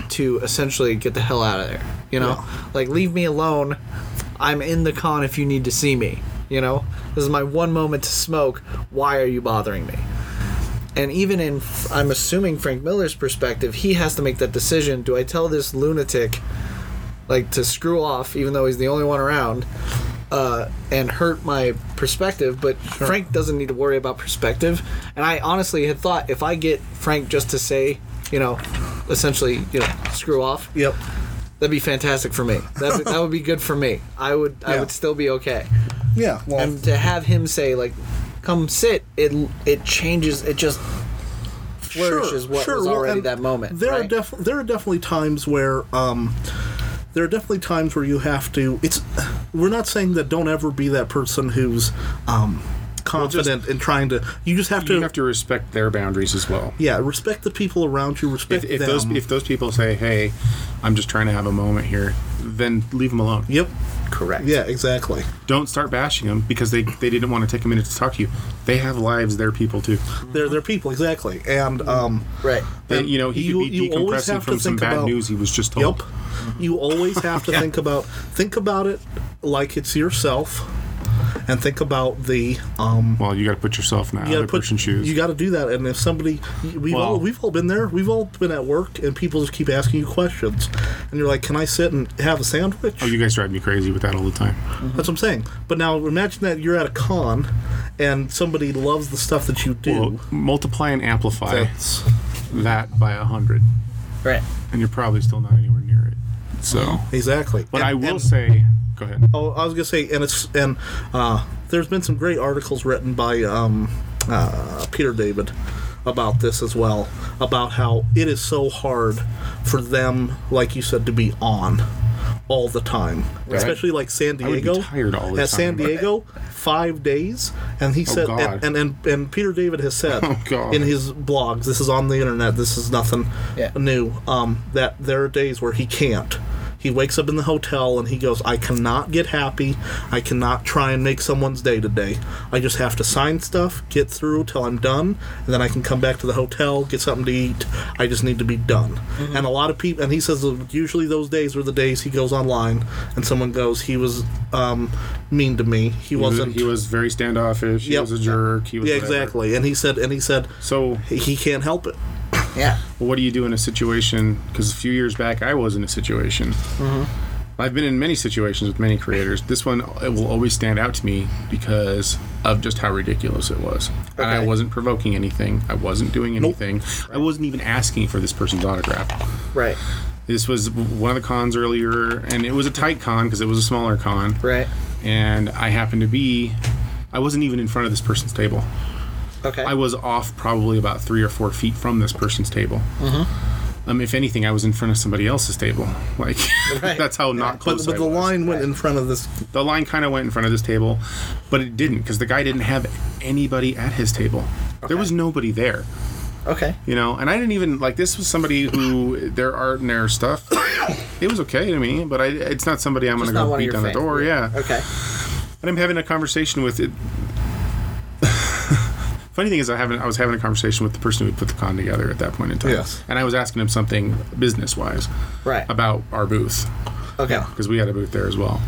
Speaker 4: to essentially get the hell out of there. You know, like leave me alone. I'm in the con if you need to see me. You know, this is my one moment to smoke. Why are you bothering me? And even in, I'm assuming Frank Miller's perspective, he has to make that decision. Do I tell this lunatic, like, to screw off, even though he's the only one around, uh, and hurt my perspective? But Frank doesn't need to worry about perspective. And I honestly had thought if I get Frank just to say, you know, essentially, you know, screw off,
Speaker 2: Yep.
Speaker 4: that'd be fantastic for me. That that would be good for me. I would I
Speaker 2: Yeah.
Speaker 4: would still be okay.
Speaker 2: Yeah. Well.
Speaker 4: And to have him say like, "Come sit," it it changes. It just flourishes what was
Speaker 2: well,
Speaker 4: already
Speaker 2: and
Speaker 4: that moment.
Speaker 2: There are
Speaker 4: right?
Speaker 2: def- there are definitely times where um, there are definitely times where you have to. It's we're not saying that don't ever be that person who's um, confident in trying to. You just have to.
Speaker 3: You have to respect their boundaries as well.
Speaker 2: yeah, respect the people around you. Respect
Speaker 3: If, if
Speaker 2: them.
Speaker 3: those if those people say, "Hey, I'm just trying to have a moment here," then leave them alone.
Speaker 2: yep.
Speaker 4: correct.
Speaker 2: Yeah. Exactly.
Speaker 3: Don't start bashing them because they they didn't want to take a minute to talk to you. They have lives. They're people too.
Speaker 2: They're they're people exactly. And um,
Speaker 4: Right.
Speaker 3: They,
Speaker 2: And
Speaker 3: you know, he
Speaker 2: you-
Speaker 3: could be
Speaker 2: you always
Speaker 3: decompressing
Speaker 2: have to
Speaker 3: from some
Speaker 2: think
Speaker 3: bad
Speaker 2: about-
Speaker 3: news he was just told.
Speaker 2: Yep. You always have to think about think about it like it's yourself, and think about the um.
Speaker 3: Well, you got to put yourself in that
Speaker 2: You
Speaker 3: other
Speaker 2: gotta put
Speaker 3: person's shoes.
Speaker 2: You got to do that, and if somebody, we've
Speaker 3: Well-
Speaker 2: all we've all been there. We've all been at work, and people just keep asking you questions, and you're like, "Can I sit and have a sandwich?"
Speaker 3: oh, you guys drive me crazy with that all the time.
Speaker 2: That's what I'm saying. But now imagine that you're at a con, and somebody loves the stuff that you do.
Speaker 3: Well, multiply and amplify
Speaker 2: That's
Speaker 3: that by a hundred,
Speaker 4: Right.
Speaker 3: and you're probably still not anywhere near it. So,
Speaker 2: exactly.
Speaker 3: but
Speaker 2: And-
Speaker 3: I will
Speaker 2: and-
Speaker 3: say, go ahead.
Speaker 2: Oh, I was gonna say, and it's and uh, there's been some great articles written by um, uh, Peter David about this as well, about how it is so hard for them, like you said, to be on all the time, especially like San
Speaker 3: I would be
Speaker 2: Diego.
Speaker 3: tired all the
Speaker 2: At San
Speaker 3: time. Oh,
Speaker 2: Diego, five days, and he said,
Speaker 3: God.
Speaker 2: and, and and and Peter David has said
Speaker 3: Oh, God.
Speaker 2: in his blogs, this is on the internet, this is nothing
Speaker 4: Yeah.
Speaker 2: new, um, that there are days where he can't. He wakes up in the hotel and he goes, I cannot get happy. I cannot try and make someone's day today. I just have to sign stuff, get through till I'm done, and then I can come back to the hotel, get something to eat. I just need to be done. And a lot of people, and he says that usually those days are the days he goes online and someone goes, He was um, mean to me. He,
Speaker 3: He was-
Speaker 2: wasn't.
Speaker 3: He was very standoffish. He
Speaker 2: Yep.
Speaker 3: was a jerk. He was
Speaker 2: yeah,
Speaker 3: whatever.
Speaker 2: exactly. And he said, and he said,
Speaker 3: So,
Speaker 2: he can't help it.
Speaker 4: Yeah.
Speaker 3: what do you do in a situation? Because a few years back, I was in a situation.
Speaker 2: Mm-hmm.
Speaker 3: I've been in many situations with many creators. This one it will always stand out to me because of just how ridiculous it was. And I
Speaker 4: Okay.
Speaker 3: wasn't provoking anything. I wasn't doing anything. I wasn't even asking for this person's autograph.
Speaker 4: Right.
Speaker 3: This was one of the cons earlier, and it was a tight con because it was a smaller con.
Speaker 4: Right.
Speaker 3: And I happened to be, I wasn't even in front of this person's table.
Speaker 4: Okay.
Speaker 3: I was off probably about three or four feet from this person's table.
Speaker 2: Mm-hmm.
Speaker 3: Um, if anything, I was in front of somebody else's table. Like
Speaker 4: Right.
Speaker 3: that's how not
Speaker 2: But,
Speaker 3: close.
Speaker 2: but
Speaker 3: I
Speaker 2: the
Speaker 3: was.
Speaker 2: line went in front of this.
Speaker 3: the line kind of went in front of this table, but it didn't because the guy didn't have anybody at his table. There was nobody there,
Speaker 4: okay.
Speaker 3: you know. And I didn't even like this was somebody who their art and their stuff. it was okay to me, but I, it's not somebody I'm going to
Speaker 4: not
Speaker 3: go
Speaker 4: one of
Speaker 3: beat
Speaker 4: your
Speaker 3: down the
Speaker 4: fans.
Speaker 3: door. Yeah.
Speaker 4: Okay.
Speaker 3: And I'm having a conversation with it. Funny thing is, I haven't. I was having a conversation with the person who put the con together at that point in time.
Speaker 2: Yes.
Speaker 3: And I was asking him something business wise
Speaker 4: Right.
Speaker 3: about our booth
Speaker 4: Okay.
Speaker 3: because we had a booth there as well.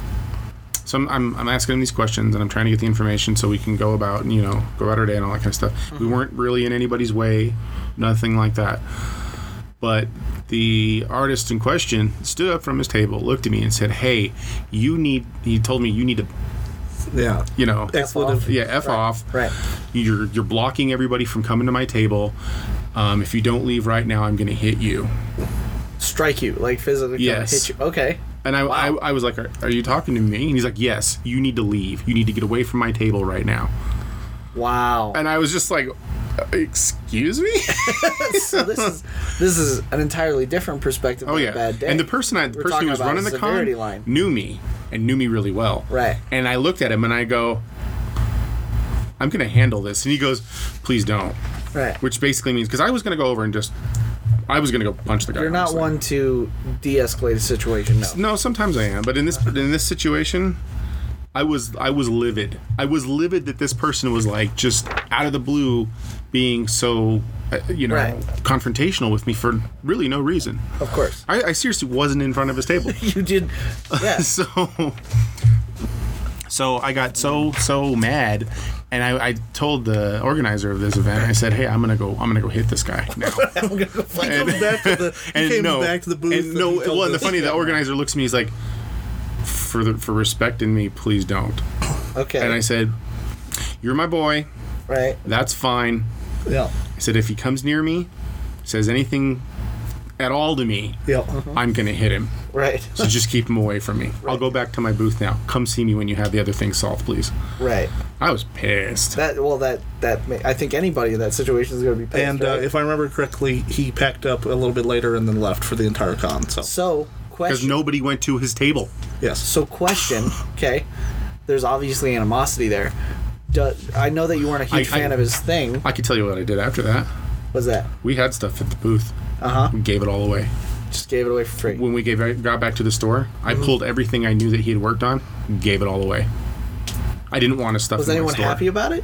Speaker 3: So I'm, I'm, I'm asking him these questions and I'm trying to get the information so we can go about and, you know go about our day and all that kind of stuff. We weren't really in anybody's way, nothing like that. But the artist in question stood up from his table, looked at me, and said, "Hey, you need." He told me you need to,
Speaker 2: Yeah.
Speaker 3: you know,
Speaker 2: Expletive.
Speaker 3: yeah, f off.
Speaker 4: Right.
Speaker 3: You're you're blocking everybody from coming to my table. Um, if you don't leave right now, I'm gonna hit you.
Speaker 4: Strike you like physically come
Speaker 3: Yes.
Speaker 4: hit you. Okay.
Speaker 3: And I, I, I was like, are, are you talking to me? And he's like, yes. You need to leave. You need to get away from my table right now.
Speaker 4: Wow.
Speaker 3: And I was just like, "Uh, excuse me.
Speaker 4: so this is this is an entirely different perspective.
Speaker 3: oh
Speaker 4: on
Speaker 3: yeah.
Speaker 4: a bad day.
Speaker 3: And the person I, the
Speaker 4: We're
Speaker 3: person
Speaker 4: talking
Speaker 3: who was
Speaker 4: about
Speaker 3: running the
Speaker 4: severity
Speaker 3: con
Speaker 4: line.
Speaker 3: knew me and knew me really well.
Speaker 4: Right.
Speaker 3: And I looked at him and I go, I'm gonna handle this. And he goes, please don't.
Speaker 4: Right.
Speaker 3: Which basically means because I was gonna go over and just, I was gonna go punch the guy.
Speaker 4: You're not
Speaker 3: honestly.
Speaker 4: one to de-escalate a situation. No.
Speaker 3: No, sometimes I am, but in this in this situation, I was I was livid. I was livid that this person was like just out of the blue, being so uh, you know
Speaker 4: Right.
Speaker 3: confrontational with me for really no reason.
Speaker 4: Of course.
Speaker 3: I, I seriously wasn't in front of his table,
Speaker 4: You did. Yeah.
Speaker 3: so so I got so so mad, and I, I told the organizer of this event. I said, "Hey, I'm gonna go. I'm gonna go hit this guy now."
Speaker 2: Comes back to the, he came back to the booth.
Speaker 3: And no,
Speaker 2: he
Speaker 3: well,
Speaker 2: told
Speaker 3: and the
Speaker 2: us-
Speaker 3: funny, the organizer looks at me. He's like, "For the, for respecting me, please don't."
Speaker 4: Okay.
Speaker 3: And I said, "You're my boy.
Speaker 4: right.
Speaker 3: That's fine."
Speaker 4: Yeah.
Speaker 3: I said, "If he comes near me, says anything at all to me,
Speaker 4: Yeah.
Speaker 2: uh-huh.
Speaker 3: I'm gonna hit him.
Speaker 4: Right.
Speaker 3: So just keep him away from me. I'll go back to my booth now. Come see me when you have the other thing solved, please."
Speaker 4: Right.
Speaker 3: I was pissed.
Speaker 4: That. Well, that. That. May, I think anybody in that situation is going to be pissed.
Speaker 2: And uh,
Speaker 4: right?
Speaker 2: if I remember correctly, he packed up a little bit later and then left for the entire con. So,
Speaker 4: so,
Speaker 3: because
Speaker 4: question.
Speaker 3: nobody went to his table.
Speaker 2: yes.
Speaker 4: So question, okay? There's obviously animosity there. Do, I know that you weren't a huge
Speaker 3: I- I-
Speaker 4: fan of his thing.
Speaker 3: I can tell you what I did after that.
Speaker 4: Was that
Speaker 3: We had stuff at the booth.
Speaker 2: Uh-huh.
Speaker 3: Uh huh. We gave it all away.
Speaker 4: just gave it away for free?
Speaker 3: when we gave, got back to the store, I
Speaker 4: Mm-hmm.
Speaker 3: pulled everything I knew that he had worked on, gave it all away. I didn't want to stuff.
Speaker 4: Was
Speaker 3: in my
Speaker 4: anyone
Speaker 3: store.
Speaker 4: happy about it?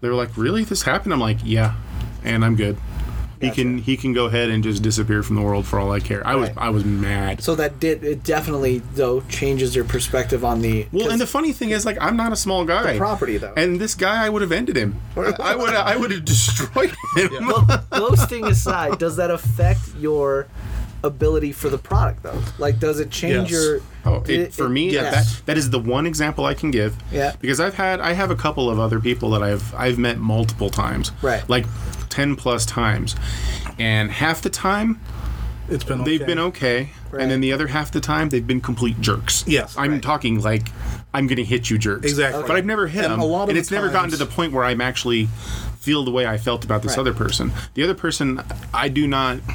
Speaker 3: They were like, "Really, this happened?" I'm like, "Yeah," and I'm good. He can he can go ahead and just disappear from the world for all I care. I was
Speaker 4: Right.
Speaker 3: I was mad.
Speaker 4: So that did it definitely though changes your perspective on the
Speaker 3: well, and the funny thing is, like, I'm not a small guy.
Speaker 4: property, though.
Speaker 3: And this guy, I would have ended him. I would I would have destroyed him.
Speaker 4: boasting aside, does that affect your ability for the product though? Like, does it
Speaker 2: Yes.
Speaker 4: change your?
Speaker 3: Oh,
Speaker 4: did
Speaker 3: it, for me,
Speaker 4: yeah.
Speaker 3: that, that is the one example I can give.
Speaker 4: Yeah.
Speaker 3: Because I've had, I have a couple of other people that I've, I've met multiple times.
Speaker 4: Right.
Speaker 3: Like ten plus times, and half the time
Speaker 2: It's been
Speaker 3: they've been okay,
Speaker 4: Right.
Speaker 3: and then the other half the time they've been complete jerks.
Speaker 2: Yes.
Speaker 3: I'm
Speaker 2: Right.
Speaker 3: talking like, I'm gonna hit you, jerks.
Speaker 2: Exactly.
Speaker 3: But I've never hit
Speaker 2: And
Speaker 3: them,
Speaker 2: a lot of
Speaker 3: and
Speaker 2: the
Speaker 3: it's never gotten to
Speaker 2: times-
Speaker 3: the point where I'm actually feel the way I felt about this
Speaker 4: Right.
Speaker 3: other person. The other person, I do not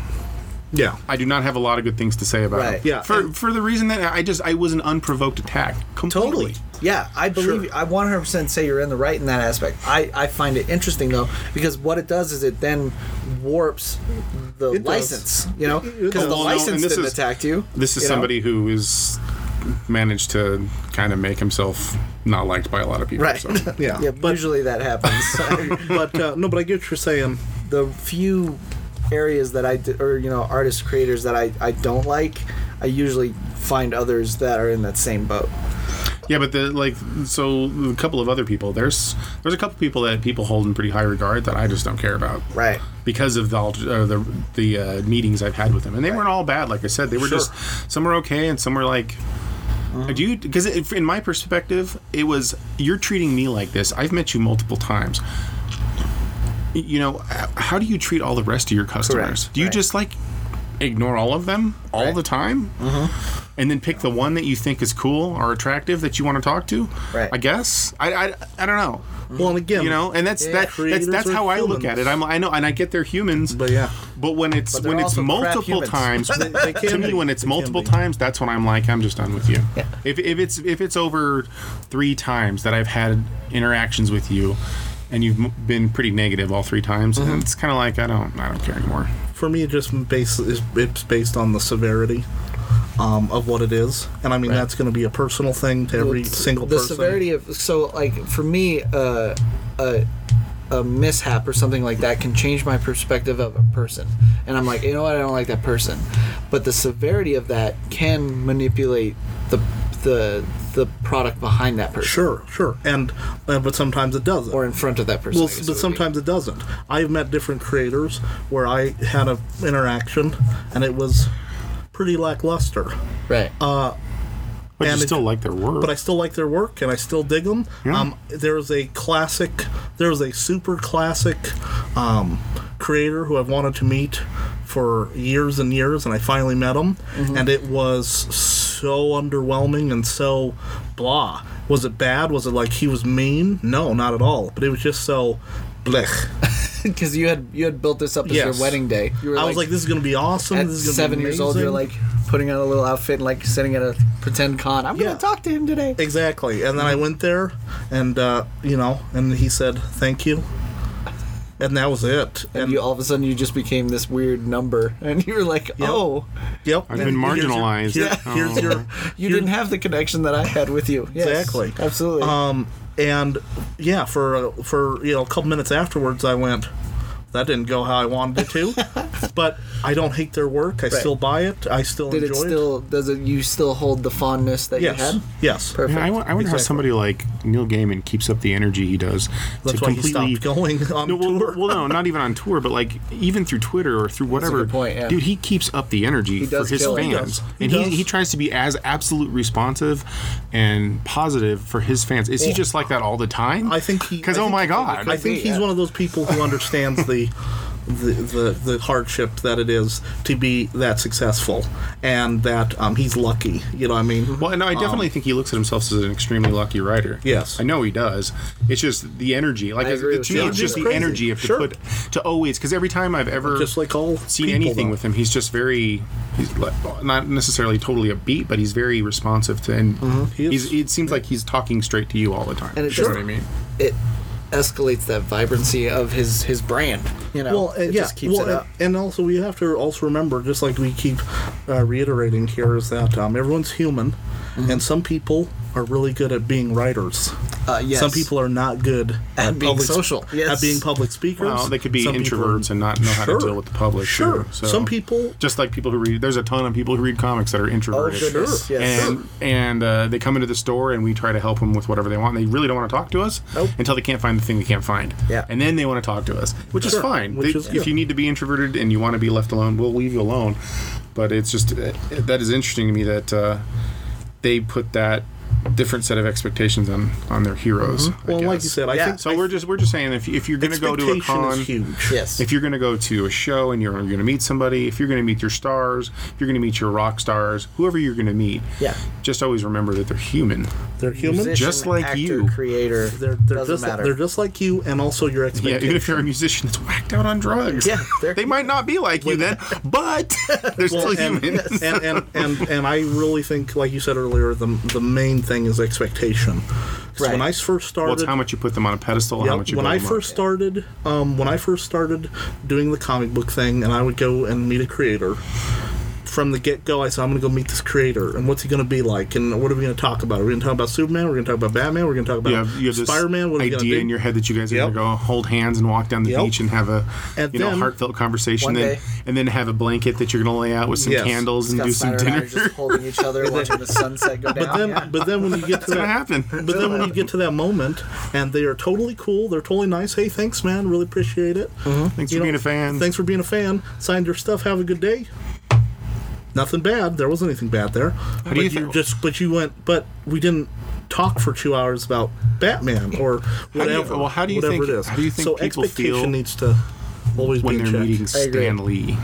Speaker 2: Yeah.
Speaker 3: I do not have a lot of good things to say about
Speaker 4: Right.
Speaker 3: him.
Speaker 2: Yeah.
Speaker 3: For for the reason that I just I was an unprovoked attack. Completely.
Speaker 4: Totally. Yeah, I believe you. I 100% say you're in the right in that aspect. I, I find it interesting though because what it does is it then warps the
Speaker 2: It does.
Speaker 4: license, you know?
Speaker 2: It- it does.
Speaker 4: Because the
Speaker 2: Well, no,
Speaker 3: and
Speaker 4: license
Speaker 3: this
Speaker 4: didn't
Speaker 3: is-
Speaker 4: attack you.
Speaker 3: This is
Speaker 4: you know?
Speaker 3: somebody who is managed to kind of make himself not liked by a lot of people.
Speaker 4: right?
Speaker 3: so.
Speaker 2: Yeah,
Speaker 4: yeah.
Speaker 2: but-
Speaker 4: usually that happens.
Speaker 2: But uh, no, but I get what you're saying.
Speaker 4: the few areas that I d- or you know artist creators that I I don't like, I usually find others that are in that same boat.
Speaker 3: Yeah, but the like so a couple of other people. There's there's a couple people that people hold in pretty high regard that I just don't care about.
Speaker 4: Right.
Speaker 3: Because of the all- uh, the, the uh, meetings I've had with them, and they weren't all bad. Like I said, they were
Speaker 2: Sure.
Speaker 3: just some were okay and some were like,
Speaker 4: Uh-huh.
Speaker 3: "Do you?" Because in my perspective, it was you're treating me like this. I've met you multiple times. Y- You know, h- how do you treat all the rest of your customers? Do you
Speaker 4: Right.
Speaker 3: just like ignore all of them all the time?
Speaker 2: Uh-huh.
Speaker 3: and then pick the one that you think is cool or attractive that you want to talk to.
Speaker 4: Right.
Speaker 3: I guess. I, I, I don't know.
Speaker 2: Well, and again,
Speaker 3: You know, and that's that, that's
Speaker 2: creators
Speaker 3: that's
Speaker 2: are
Speaker 3: how I look at it.
Speaker 2: humans.
Speaker 3: I'm I know, and I get they're humans.
Speaker 2: But yeah.
Speaker 3: But when it's
Speaker 4: But they're
Speaker 3: when it's
Speaker 4: also crap
Speaker 3: multiple
Speaker 4: humans.
Speaker 3: times,
Speaker 2: they can
Speaker 3: to me,
Speaker 2: be.
Speaker 3: when it's
Speaker 2: They can
Speaker 3: multiple
Speaker 2: be.
Speaker 3: times, that's when I'm like, I'm just done with you. If if it's if it's over three times that I've had interactions with you. And you've m- been pretty negative all three times,
Speaker 2: Mm-hmm.
Speaker 3: and it's kind of like I don't, I don't care anymore.
Speaker 2: for me, it just based it's based on the severity um, of what it is, and I mean that's going to be a personal thing to every
Speaker 4: It's-
Speaker 2: single
Speaker 4: the
Speaker 2: person.
Speaker 4: severity of so like for me uh, a a mishap or something like that can change my perspective of a person and i'm like you know what i don't like that person but the severity of that can manipulate the the the product behind that person
Speaker 2: Sure, sure, and uh, but sometimes it doesn't.
Speaker 4: or in front of that person
Speaker 2: well,
Speaker 4: I guess it would
Speaker 2: but
Speaker 4: be.
Speaker 2: sometimes it doesn't. I've met different creators where I had an interaction, and it was pretty lackluster.
Speaker 4: right
Speaker 3: But
Speaker 2: And
Speaker 3: you
Speaker 2: it-
Speaker 3: still like their work.
Speaker 2: but I still like their work and I still dig them.
Speaker 3: Yeah.
Speaker 2: Um, there's a classic, there's a super classic um, creator who I've wanted to meet for years and years, and I finally met him, and it was so underwhelming and so blah. Was it bad? Was it like he was mean? No, not at all. But it was just so blech.
Speaker 4: because you had you had built this up as
Speaker 2: Yes.
Speaker 4: your wedding day you were
Speaker 2: I was like, this is gonna be awesome.
Speaker 4: at
Speaker 2: this is gonna
Speaker 4: seven
Speaker 2: be
Speaker 4: years old you're
Speaker 2: amazing.
Speaker 4: like putting on a little outfit and like sitting at a pretend con i'm
Speaker 2: Yeah.
Speaker 4: gonna talk to him today
Speaker 2: Exactly. And then I went there, and uh, you know, and he said thank you, and that was it.
Speaker 4: And you all of a sudden you just became this weird number, and you were like, oh,
Speaker 2: yep,
Speaker 3: I've
Speaker 2: and
Speaker 3: been
Speaker 2: here's your-
Speaker 3: marginalized.
Speaker 2: here-
Speaker 3: Oh.
Speaker 2: Here's your
Speaker 4: you didn't have the connection that I had with you. Yes,
Speaker 2: Exactly.
Speaker 4: absolutely.
Speaker 2: Um, and yeah, for uh, for you know a couple minutes afterwards, I went. That didn't go how I wanted it to, but I don't hate their work. I still buy it. I still
Speaker 4: Did it
Speaker 2: enjoy
Speaker 4: still? Does it? You still hold the fondness that
Speaker 2: Yes.
Speaker 4: you had?
Speaker 2: Yes.
Speaker 4: Perfect.
Speaker 3: Yeah, I, wo- I wonder how
Speaker 2: Exactly.
Speaker 3: somebody like Neil Gaiman keeps up the energy he does
Speaker 2: That's
Speaker 3: to
Speaker 2: why
Speaker 3: completely
Speaker 2: he stopped going on
Speaker 3: no, well,
Speaker 2: tour.
Speaker 3: well, no, not even on tour, but like even through Twitter or through
Speaker 4: a
Speaker 3: whatever.
Speaker 4: good point, yeah.
Speaker 3: Dude, he keeps up the energy for
Speaker 4: does
Speaker 3: his
Speaker 4: kill it. He
Speaker 3: fans,
Speaker 2: does. He
Speaker 3: and he,
Speaker 2: does.
Speaker 3: he tries to be as absolute responsive and positive for his fans. Is he just like that all the time?
Speaker 2: Oh. I think he.
Speaker 3: because
Speaker 2: I
Speaker 3: oh
Speaker 2: think-
Speaker 3: my god,
Speaker 2: I think
Speaker 4: be,
Speaker 2: he's
Speaker 4: yeah.
Speaker 2: one of those people who understands the, the the the hardship that it is to be that successful, and that um, he's lucky. You know what I mean?
Speaker 3: Well, no, I definitely think he looks at himself as an extremely lucky writer.
Speaker 2: Um, Yes.
Speaker 3: I know he does. It's just the energy. Like
Speaker 4: I
Speaker 3: it's-
Speaker 4: agree
Speaker 3: to
Speaker 4: with
Speaker 3: me,
Speaker 4: you.
Speaker 3: it's just the
Speaker 2: Crazy.
Speaker 3: energy of
Speaker 2: Sure.
Speaker 3: to put to always because every time I've ever
Speaker 2: Just like all
Speaker 3: seen
Speaker 2: people,
Speaker 3: anything
Speaker 2: though.
Speaker 3: with him, he's just very. He's like, not necessarily totally upbeat, but he's very responsive to, and
Speaker 2: Mm-hmm. He is.
Speaker 3: he's, it seems like he's talking straight to you all the time.
Speaker 4: And it
Speaker 3: you know
Speaker 4: doesn't-
Speaker 3: what I mean?
Speaker 4: It escalates that vibrancy of his his brand. You know,
Speaker 2: Well, uh,
Speaker 4: it
Speaker 2: yeah.
Speaker 4: just keeps
Speaker 2: well,
Speaker 4: it up.
Speaker 2: And, and also we have to also remember, just like we keep uh, reiterating here, is that um, everyone's human,
Speaker 4: Mm-hmm.
Speaker 2: and some people are really good at being writers.
Speaker 4: Uh, yes.
Speaker 2: Some people are not good
Speaker 4: At being
Speaker 2: public,
Speaker 4: social.
Speaker 2: at
Speaker 4: Yes.
Speaker 2: being public speakers.
Speaker 3: Well, they could be
Speaker 2: Some people are-
Speaker 3: introverts and not know how
Speaker 2: Sure.
Speaker 3: to deal with the public.
Speaker 2: Sure.
Speaker 3: too, so-
Speaker 2: Some people- Oh,
Speaker 3: just like people who read. There's a ton of people who read comics that are introverted.
Speaker 4: goodness, Sure. yes.
Speaker 3: And and uh, they come into the store and we try to help them with whatever they want. They really don't want to talk to us
Speaker 4: Nope.
Speaker 3: until they can't find the thing they can't find.
Speaker 4: Yeah.
Speaker 3: And then they want to talk to us, which is
Speaker 2: Sure.
Speaker 3: fine.
Speaker 2: Which
Speaker 3: They-
Speaker 2: is
Speaker 3: if
Speaker 2: good.
Speaker 3: you need to be introverted and you want to be left alone, we'll leave you alone. But it's just uh, that is interesting to me that uh, they put that different set of expectations on on their heroes. I
Speaker 2: Mm-hmm. Well, like
Speaker 3: guess.
Speaker 2: you said, I
Speaker 4: Yeah.
Speaker 2: think
Speaker 3: So we're just we're just saying if, if you're going to go to a
Speaker 2: expectation
Speaker 3: con,
Speaker 2: is huge.
Speaker 4: yes.
Speaker 3: if you're going to go to a show and you're, you're going to meet somebody, if you're going to meet your stars, if you're going to meet your rock stars, whoever you're going to meet,
Speaker 4: Yeah.
Speaker 3: just always remember that they're human.
Speaker 2: They're human.
Speaker 4: Musician,
Speaker 3: just like
Speaker 4: actor,
Speaker 3: you.
Speaker 4: creator.
Speaker 2: They're, they're,
Speaker 4: doesn't
Speaker 2: just,
Speaker 4: matter.
Speaker 2: they're just like you, and also your
Speaker 3: Yeah,
Speaker 2: expectations.
Speaker 3: even if you're a musician that's whacked out on drugs,
Speaker 4: Yeah, they're-
Speaker 3: they might not be like you then, but they're still
Speaker 2: Well, and,
Speaker 3: human.
Speaker 2: and, and, and, and I really think, like you said earlier, the, the main thing is expectation. 'Cause
Speaker 4: Right.
Speaker 2: When I first
Speaker 3: Well,
Speaker 2: started,
Speaker 3: it's how much you put them on a pedestal,
Speaker 2: Yep,
Speaker 3: how much you
Speaker 2: when
Speaker 3: build
Speaker 2: I
Speaker 3: them up.
Speaker 2: first started, um, when I first started doing the comic book thing, and I would go and meet a creator. From the get go, I said I'm going to go meet this creator, and what's he going to be like, and what are we going to talk about? Are we going to talk about Superman? We're going to talk about Batman. We're going to talk about
Speaker 3: you have, you have this
Speaker 2: Spider-Man. What are we going to
Speaker 3: idea
Speaker 2: do?
Speaker 3: in your head that you guys are
Speaker 2: Yep.
Speaker 3: going to go hold hands and walk down the
Speaker 2: Yep.
Speaker 3: beach and have a
Speaker 2: And
Speaker 3: you know
Speaker 2: then-
Speaker 3: heartfelt conversation,
Speaker 4: One
Speaker 3: then,
Speaker 4: day-
Speaker 3: and then have a blanket that you're going to lay out with some
Speaker 2: Yes.
Speaker 3: candles and
Speaker 4: Scott
Speaker 3: do some
Speaker 4: Snyder and I are
Speaker 3: dinner.
Speaker 4: just holding each other, watching the sunset go down.
Speaker 2: but then,
Speaker 4: yeah.
Speaker 2: but then when you get to
Speaker 3: It's going to
Speaker 2: that,
Speaker 3: happen.
Speaker 2: But then when you get to that moment and they are totally cool, they're totally nice. Hey, thanks, man. Really appreciate it.
Speaker 3: Thanks
Speaker 2: You
Speaker 3: for
Speaker 2: know,
Speaker 3: being a fan.
Speaker 2: Thanks for being a fan. Signed your stuff. Have a good day. Nothing bad. There wasn't anything bad there. but
Speaker 3: do you
Speaker 2: you,
Speaker 3: think-
Speaker 2: just but you went. But we didn't talk for two hours about Batman or
Speaker 3: you-
Speaker 2: whatever.
Speaker 3: well, how do you
Speaker 2: whatever
Speaker 3: think-
Speaker 2: it is.
Speaker 3: how do you think
Speaker 2: so
Speaker 3: people
Speaker 2: expectation
Speaker 3: feel
Speaker 2: needs to always
Speaker 3: when
Speaker 2: be
Speaker 3: they're
Speaker 2: checked.
Speaker 3: meeting
Speaker 4: I agree.
Speaker 3: Stan Lee.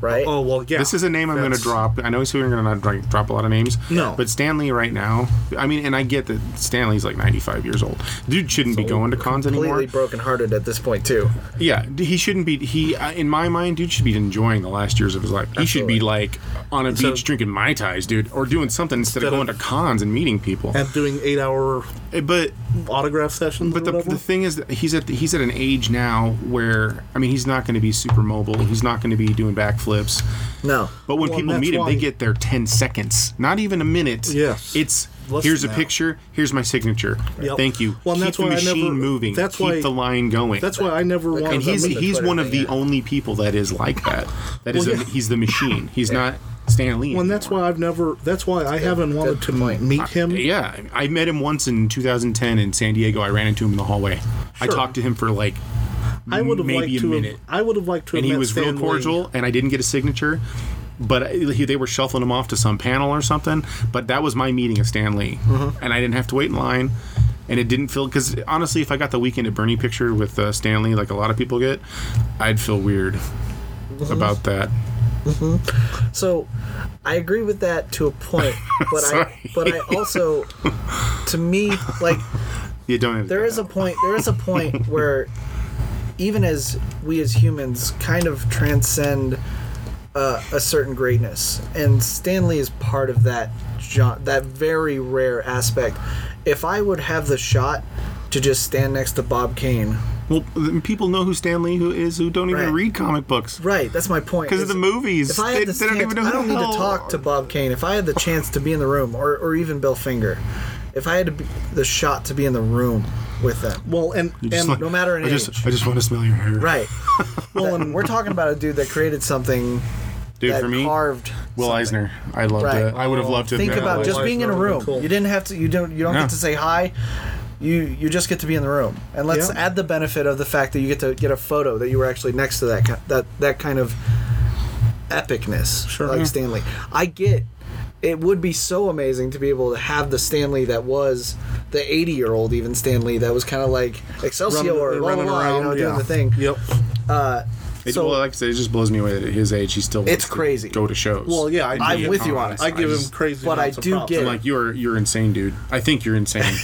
Speaker 4: right?
Speaker 2: Oh well, yeah.
Speaker 3: This is a name I'm going to
Speaker 2: That's-
Speaker 3: drop. I know we're going to not dr- drop a lot of names.
Speaker 2: No.
Speaker 3: But Stanley right now, I mean, and I get that Stanley's like 95 years old. Dude shouldn't be going to cons
Speaker 4: Completely
Speaker 3: anymore.
Speaker 4: brokenhearted at this point too.
Speaker 3: Yeah, d- he shouldn't be. He, I- in my mind, dude should be enjoying the last years of his life. He should be like on a
Speaker 2: Instead
Speaker 3: beach
Speaker 2: of-
Speaker 3: drinking mai tais, dude, or doing something instead, of
Speaker 2: Instead
Speaker 3: going
Speaker 2: of-
Speaker 3: to cons and meeting people.
Speaker 2: And doing eight-hour
Speaker 3: Eh, but
Speaker 2: autograph sessions.
Speaker 3: But
Speaker 2: or
Speaker 3: the,
Speaker 2: whatever.
Speaker 3: the thing is, that he's at he's at an age now where I mean, he's not going to be super mobile. He's not going to be doing backflips.
Speaker 4: No.
Speaker 3: But when
Speaker 2: Well,
Speaker 3: people
Speaker 2: and
Speaker 3: meet
Speaker 2: that's
Speaker 3: him, they
Speaker 2: why-
Speaker 3: get their ten seconds, not even a minute.
Speaker 2: Yes.
Speaker 3: it's
Speaker 2: Less
Speaker 3: here's a
Speaker 2: than that.
Speaker 3: picture, here's my signature.
Speaker 2: Yep.
Speaker 3: Thank you.
Speaker 2: Well, and
Speaker 3: Keep
Speaker 2: that's
Speaker 3: the
Speaker 2: why I
Speaker 3: machine
Speaker 2: never-
Speaker 3: moving.
Speaker 2: that's
Speaker 3: Keep
Speaker 2: why-
Speaker 3: the line going.
Speaker 2: That's why I never wanted.
Speaker 3: and
Speaker 4: comes
Speaker 2: to
Speaker 3: he's
Speaker 4: up
Speaker 2: meet
Speaker 4: with the
Speaker 3: he's
Speaker 4: Twitter
Speaker 3: one of
Speaker 4: thing,
Speaker 3: the
Speaker 4: yeah.
Speaker 3: only people that is like that. That is
Speaker 2: Well,
Speaker 3: a,
Speaker 2: yeah.
Speaker 3: he's the machine. He's not Stan Lee.
Speaker 2: Well, and that's
Speaker 3: anymore.
Speaker 2: why I've never. That's why I haven't wanted to
Speaker 4: point.
Speaker 2: meet him.
Speaker 3: Yeah, I met him once in 2010 in San Diego. I ran into him in the hallway. I
Speaker 2: Sure.
Speaker 3: talked to him for like
Speaker 2: I would have
Speaker 3: maybe
Speaker 2: liked
Speaker 3: a
Speaker 2: to.
Speaker 3: minute.
Speaker 2: Have, I would have liked to.
Speaker 3: and
Speaker 2: have
Speaker 3: he
Speaker 2: met
Speaker 3: was
Speaker 2: Stan
Speaker 3: real
Speaker 2: Lee.
Speaker 3: cordial and i didn't get a signature but I- he, they were shuffling him off to some panel or something but that was my meeting of stan lee
Speaker 2: Mm-hmm.
Speaker 3: and i didn't have to wait in line and it didn't feel because honestly if i got the weekend at bernie picture with uh, stan lee like a lot of people get i'd feel weird about that
Speaker 4: So, I agree with that to a point, but I
Speaker 3: Sorry.
Speaker 4: but I also, to me, like
Speaker 3: you don't have
Speaker 4: there is a point there is a point where even as we as humans kind of transcend uh, a certain greatness and stanley is part of that jo- that very rare aspect if i would have the shot to just stand next to bob kane
Speaker 3: Well, th- people know who Stan Lee who is who don't even
Speaker 4: Right.
Speaker 3: read comic books
Speaker 4: Right, that's my point.
Speaker 3: because of
Speaker 4: is
Speaker 3: the movies.
Speaker 4: If I had
Speaker 3: they,
Speaker 4: the
Speaker 3: they don't
Speaker 4: chance-
Speaker 3: even know
Speaker 4: I
Speaker 3: who
Speaker 4: don't
Speaker 3: the
Speaker 4: need to
Speaker 3: hell-
Speaker 4: talk to Bob Kane. If I had the chance to be in the room, or, or even Bill Finger, if I had to be, the shot to be in the room with them,
Speaker 2: Well, and
Speaker 3: You just
Speaker 2: and
Speaker 3: like-
Speaker 4: no matter in
Speaker 3: I just,
Speaker 4: age.
Speaker 3: I just want to smell your hair.
Speaker 4: right? well, and we're talking about a dude that created something
Speaker 3: dude.
Speaker 4: that
Speaker 3: for me,
Speaker 4: carved.
Speaker 3: Will Eisner. I loved
Speaker 4: Right.
Speaker 3: it. I would have loved to. have
Speaker 4: Think
Speaker 3: met
Speaker 4: about
Speaker 3: Will
Speaker 4: just
Speaker 3: Eisner.
Speaker 4: being in a
Speaker 2: would've been
Speaker 4: room.
Speaker 2: cool.
Speaker 4: You didn't have to. You don't. You don't
Speaker 3: Yeah.
Speaker 4: get to say hi. You you just get to be in the room, and let's
Speaker 2: Yeah.
Speaker 4: add the benefit of the fact that you get to get a photo that you were actually next to that ki- that that kind of epicness,
Speaker 2: Sure.
Speaker 4: like
Speaker 2: Yeah.
Speaker 4: Stanley. I get. It would be so amazing to be able to have the Stanley that was the 80 year old, even Stanley that was kind of like Excelsior
Speaker 2: Running-
Speaker 4: or blah, blah,
Speaker 2: running
Speaker 4: blah, you know,
Speaker 2: around,
Speaker 4: doing
Speaker 2: yeah.
Speaker 4: the thing.
Speaker 2: Yep.
Speaker 3: It,
Speaker 4: So-
Speaker 3: well, like I said, it just blows me away that at his age he still. Wants
Speaker 4: It's crazy.
Speaker 3: To go to shows.
Speaker 2: Well, yeah, I
Speaker 4: I'm
Speaker 2: give-
Speaker 4: with you on it.
Speaker 2: I give
Speaker 3: I
Speaker 2: him
Speaker 3: just-
Speaker 2: crazy.
Speaker 4: but I
Speaker 2: amounts of
Speaker 4: do
Speaker 2: props.
Speaker 4: get-
Speaker 3: I'm like you're you're insane, dude. I think you're insane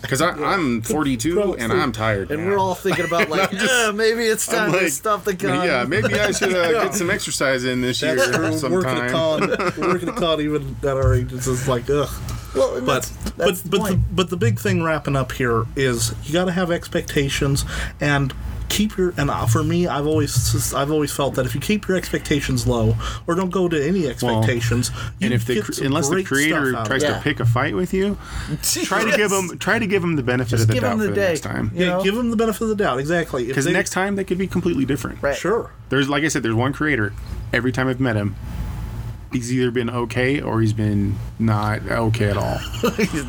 Speaker 3: because I'm 42 and I'm tired.
Speaker 4: And
Speaker 3: now.
Speaker 4: we're all thinking about, like, "Eh, maybe it's time
Speaker 3: I'm
Speaker 4: to
Speaker 3: like,
Speaker 4: stop the gun.
Speaker 3: Yeah, maybe I should uh, get some exercise in this year
Speaker 2: That's true. Working a
Speaker 3: sometime.
Speaker 2: con, working a con, even at our age, it's just like ugh.
Speaker 4: Well, and
Speaker 2: But
Speaker 4: that's, that's
Speaker 2: but
Speaker 4: the
Speaker 2: but the,
Speaker 4: point.
Speaker 2: but the big thing wrapping up here is you got to have expectations and keep your and uh, for me I've always I've always felt that if you keep your expectations low or don't go to any expectations, you
Speaker 3: and if the
Speaker 2: get
Speaker 3: cr-
Speaker 2: some
Speaker 3: unless the
Speaker 2: great
Speaker 3: creator
Speaker 2: stuff out of
Speaker 3: tries
Speaker 2: it.
Speaker 4: Yeah.
Speaker 3: to pick a fight with you, try to give
Speaker 4: Yes.
Speaker 3: them try to give them the benefit
Speaker 4: Just
Speaker 3: of the
Speaker 4: give
Speaker 3: doubt
Speaker 4: 'em the
Speaker 3: for the
Speaker 4: day.
Speaker 3: next time.
Speaker 4: you
Speaker 2: yeah,
Speaker 4: know?
Speaker 2: give them the benefit of the doubt exactly
Speaker 3: Because next time they could be completely different.
Speaker 4: Right.
Speaker 2: sure
Speaker 3: There's like I said, there's one creator. Every time I've met him, he's either been okay or he's been not okay at all.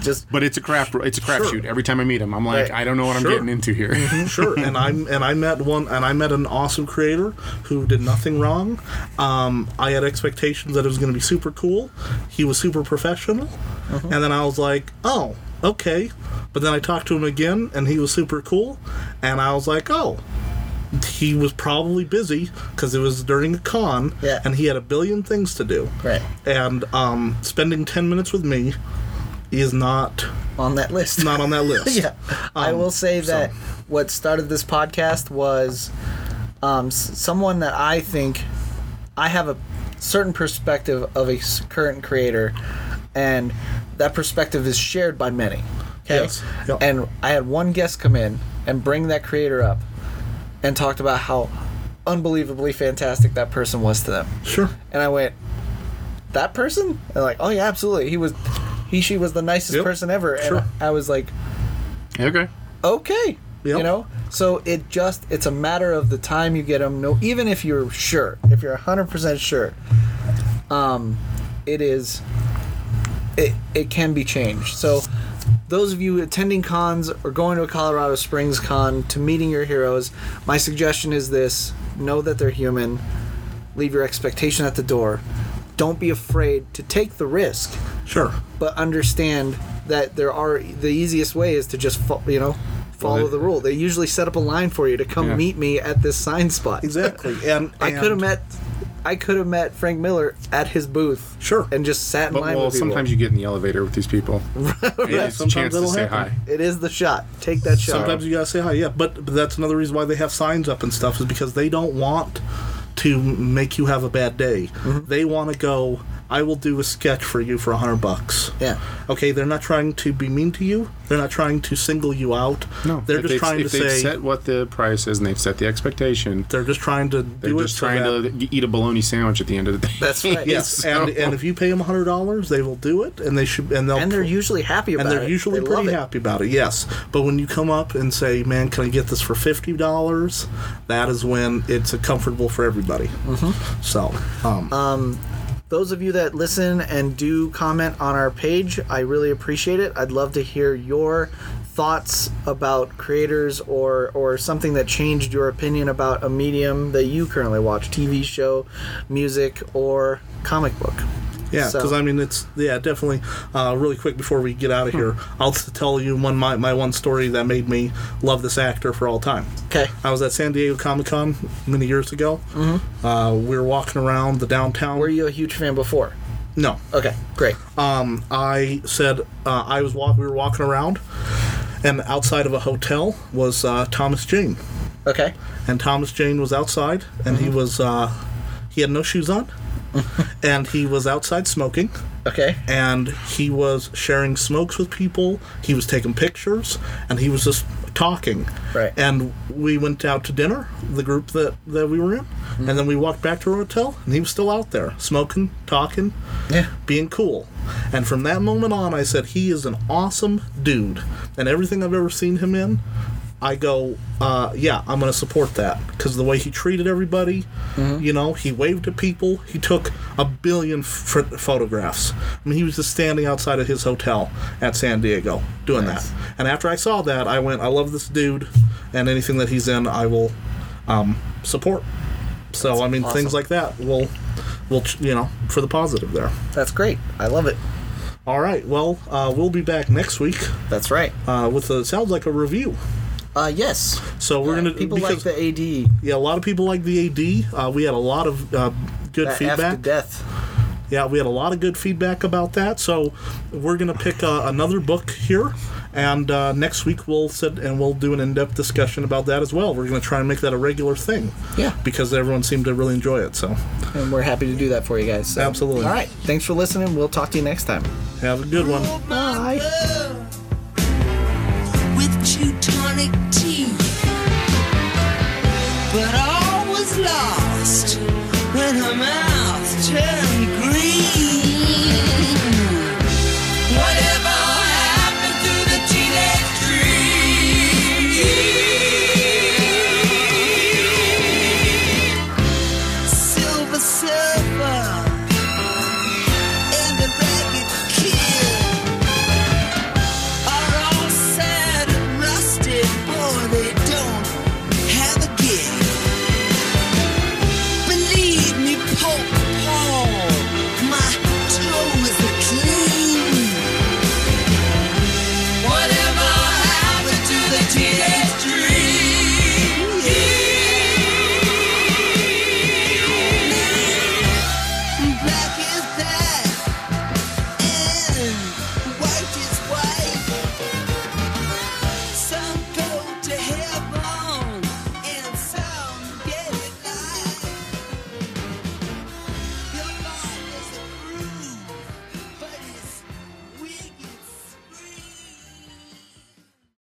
Speaker 4: just
Speaker 3: But it's a crap it's a crapshoot.
Speaker 2: Sure.
Speaker 3: Every time I meet him, I'm like,
Speaker 4: Right.
Speaker 3: I don't know what
Speaker 2: Sure. Mm-hmm.
Speaker 3: I'm getting into here.
Speaker 2: sure and i'm and i met one and i met an awesome creator who did nothing wrong um, i had expectations that it was going to be super cool he was super professional
Speaker 4: Uh-huh.
Speaker 2: and then i was like oh okay but then i talked to him again and he was super cool and i was like oh he was probably busy because it was during a con
Speaker 4: Yeah.
Speaker 2: and he had a billion things to do
Speaker 4: Right.
Speaker 2: and um, spending 10 minutes with me is not
Speaker 4: on that list.
Speaker 2: not on that list
Speaker 4: yeah, I
Speaker 2: Um,
Speaker 4: will say
Speaker 2: so-
Speaker 4: that what started this podcast was um, s- someone that I think I have a certain perspective of a s- current creator, and that perspective is shared by many. Okay,
Speaker 2: Yes. Yep.
Speaker 4: and I had one guest come in and bring that creator up and talked about how unbelievably fantastic that person was to them.
Speaker 2: sure
Speaker 4: and I went, "That person?" And like, "Oh yeah, absolutely. He was, he she was the nicest
Speaker 2: Yep.
Speaker 4: person ever." And
Speaker 2: Sure.
Speaker 4: I was like,
Speaker 3: okay.
Speaker 4: "Okay." You
Speaker 2: Yep.
Speaker 4: know, so it just it's a matter of the time you get them. No, even if you're sure, if you're hundred percent sure, um, it is, it it can be changed. So, those of you attending cons or going to a Colorado Springs con to meeting your heroes, my suggestion is this: know that they're human leave your expectation at the door. Don't be afraid to take the risk,
Speaker 2: sure
Speaker 4: but understand that there are the easiest way is to just fo- you know follow
Speaker 3: Well, it-
Speaker 4: the rule. They usually set up a line for you to come
Speaker 3: Yeah.
Speaker 4: meet me at this sign spot.
Speaker 2: Exactly. And
Speaker 4: I
Speaker 2: and-
Speaker 4: could have met I could have met Frank Miller at his booth.
Speaker 2: Sure.
Speaker 4: And just sat in
Speaker 3: But
Speaker 4: line
Speaker 3: well,
Speaker 4: with people.
Speaker 3: sometimes you get in the elevator with these people. And it's a
Speaker 2: sometimes
Speaker 3: chance to
Speaker 2: that'll
Speaker 3: say
Speaker 2: happen.
Speaker 3: hi.
Speaker 4: it is the shot. Take that shot.
Speaker 2: Sometimes you gotta say hi. Yeah, but, but that's another reason why they have signs up and stuff is because they don't want to make you have a bad day. They want to go. I will do a sketch for you for a hundred bucks.
Speaker 4: Yeah.
Speaker 2: Okay. They're not trying to be mean to you. They're not trying to single you out.
Speaker 3: No,
Speaker 2: They're
Speaker 3: if
Speaker 2: just
Speaker 3: they've-
Speaker 2: trying to
Speaker 3: if they've
Speaker 2: say.
Speaker 3: set what the price is and they've set the expectation.
Speaker 2: they're just trying to
Speaker 3: They're
Speaker 2: do it.
Speaker 3: just
Speaker 2: so
Speaker 3: trying
Speaker 2: that-
Speaker 3: to g- eat a bologna sandwich at the end of the day.
Speaker 4: That's right.
Speaker 2: Yes, and, and if you pay them hundred dollars, they will do it, and they should, and they'll,
Speaker 4: And they're usually happy about
Speaker 2: and
Speaker 4: it.
Speaker 2: they're usually
Speaker 4: They love
Speaker 2: pretty
Speaker 4: it.
Speaker 2: happy about it. Yes, but when you come up and say, "Man, can I get this for fifty dollars?" That is when it's a comfortable for everybody. Mm-hmm. So, um,
Speaker 4: Uh, those of you that listen and do comment on our page, I really appreciate it. I'd love to hear your thoughts about creators or or something that changed your opinion about a medium that you currently watch, TV show, music, or comic book.
Speaker 2: yeah,
Speaker 4: so-
Speaker 2: because I mean, it's yeah, definitely. Uh, really quick before we get out
Speaker 4: Hmm.
Speaker 2: of here, I'll t- tell you one my my one story that made me love this actor for all time.
Speaker 4: Okay.
Speaker 2: I was at San Diego Comic Con many years ago. Mm-hmm. Uh, we were walking around the downtown.
Speaker 4: Were you a huge fan before?
Speaker 2: No,
Speaker 4: Okay, great.
Speaker 2: um, I said uh, I was walk- we were walking around, and outside of a hotel was uh, Thomas Jane,
Speaker 4: Okay.
Speaker 2: and Thomas Jane was outside,
Speaker 4: Mm-hmm.
Speaker 2: and he was uh, he had no shoes on, and he was outside smoking,
Speaker 4: Okay.
Speaker 2: and he was sharing smokes with people. He was taking pictures, and he was just talking.
Speaker 4: Right.
Speaker 2: And we went out to dinner, the group that that we were in,
Speaker 4: Mm-hmm.
Speaker 2: and then we walked back to our hotel, and he was still out there smoking, talking,
Speaker 4: Yeah.
Speaker 2: being cool. And from that moment on, I said he is an awesome dude, and everything I've ever seen him in. I go, uh, yeah, I'm going to support that because the way he treated everybody,
Speaker 4: Mm-hmm.
Speaker 2: you know, he waved to people. He took a billion f- photographs. I mean, he was just standing outside of his hotel at San Diego doing
Speaker 4: Nice.
Speaker 2: that. And after I saw that, I went, I love this dude, and anything that he's in, I will um, support. So I mean,
Speaker 4: awesome.
Speaker 2: things like that will, will ch- you know, for the positive there.
Speaker 4: That's great. I love it.
Speaker 2: All right. Well, uh, we'll be back next week
Speaker 4: That's right.
Speaker 2: uh, with a sounds like a review.
Speaker 4: Uh, yes.
Speaker 2: So we're gonna
Speaker 4: people
Speaker 2: because
Speaker 4: like the AD.
Speaker 2: yeah, a lot of people like the AD. Uh, we had a lot of uh, good
Speaker 4: That after
Speaker 2: feedback.
Speaker 4: death.
Speaker 2: Yeah, we had a lot of good feedback about that. So we're gonna pick uh, another book here, and uh, next week we'll sit and we'll do an in-depth discussion about that as well. We're gonna try and make that a regular thing.
Speaker 4: Yeah.
Speaker 2: Because everyone seemed to really enjoy it. So
Speaker 4: And we're happy to do that for you guys. so-
Speaker 2: Absolutely.
Speaker 4: All right. Thanks for listening. We'll talk to you next time.
Speaker 2: have a good one.
Speaker 4: Bye.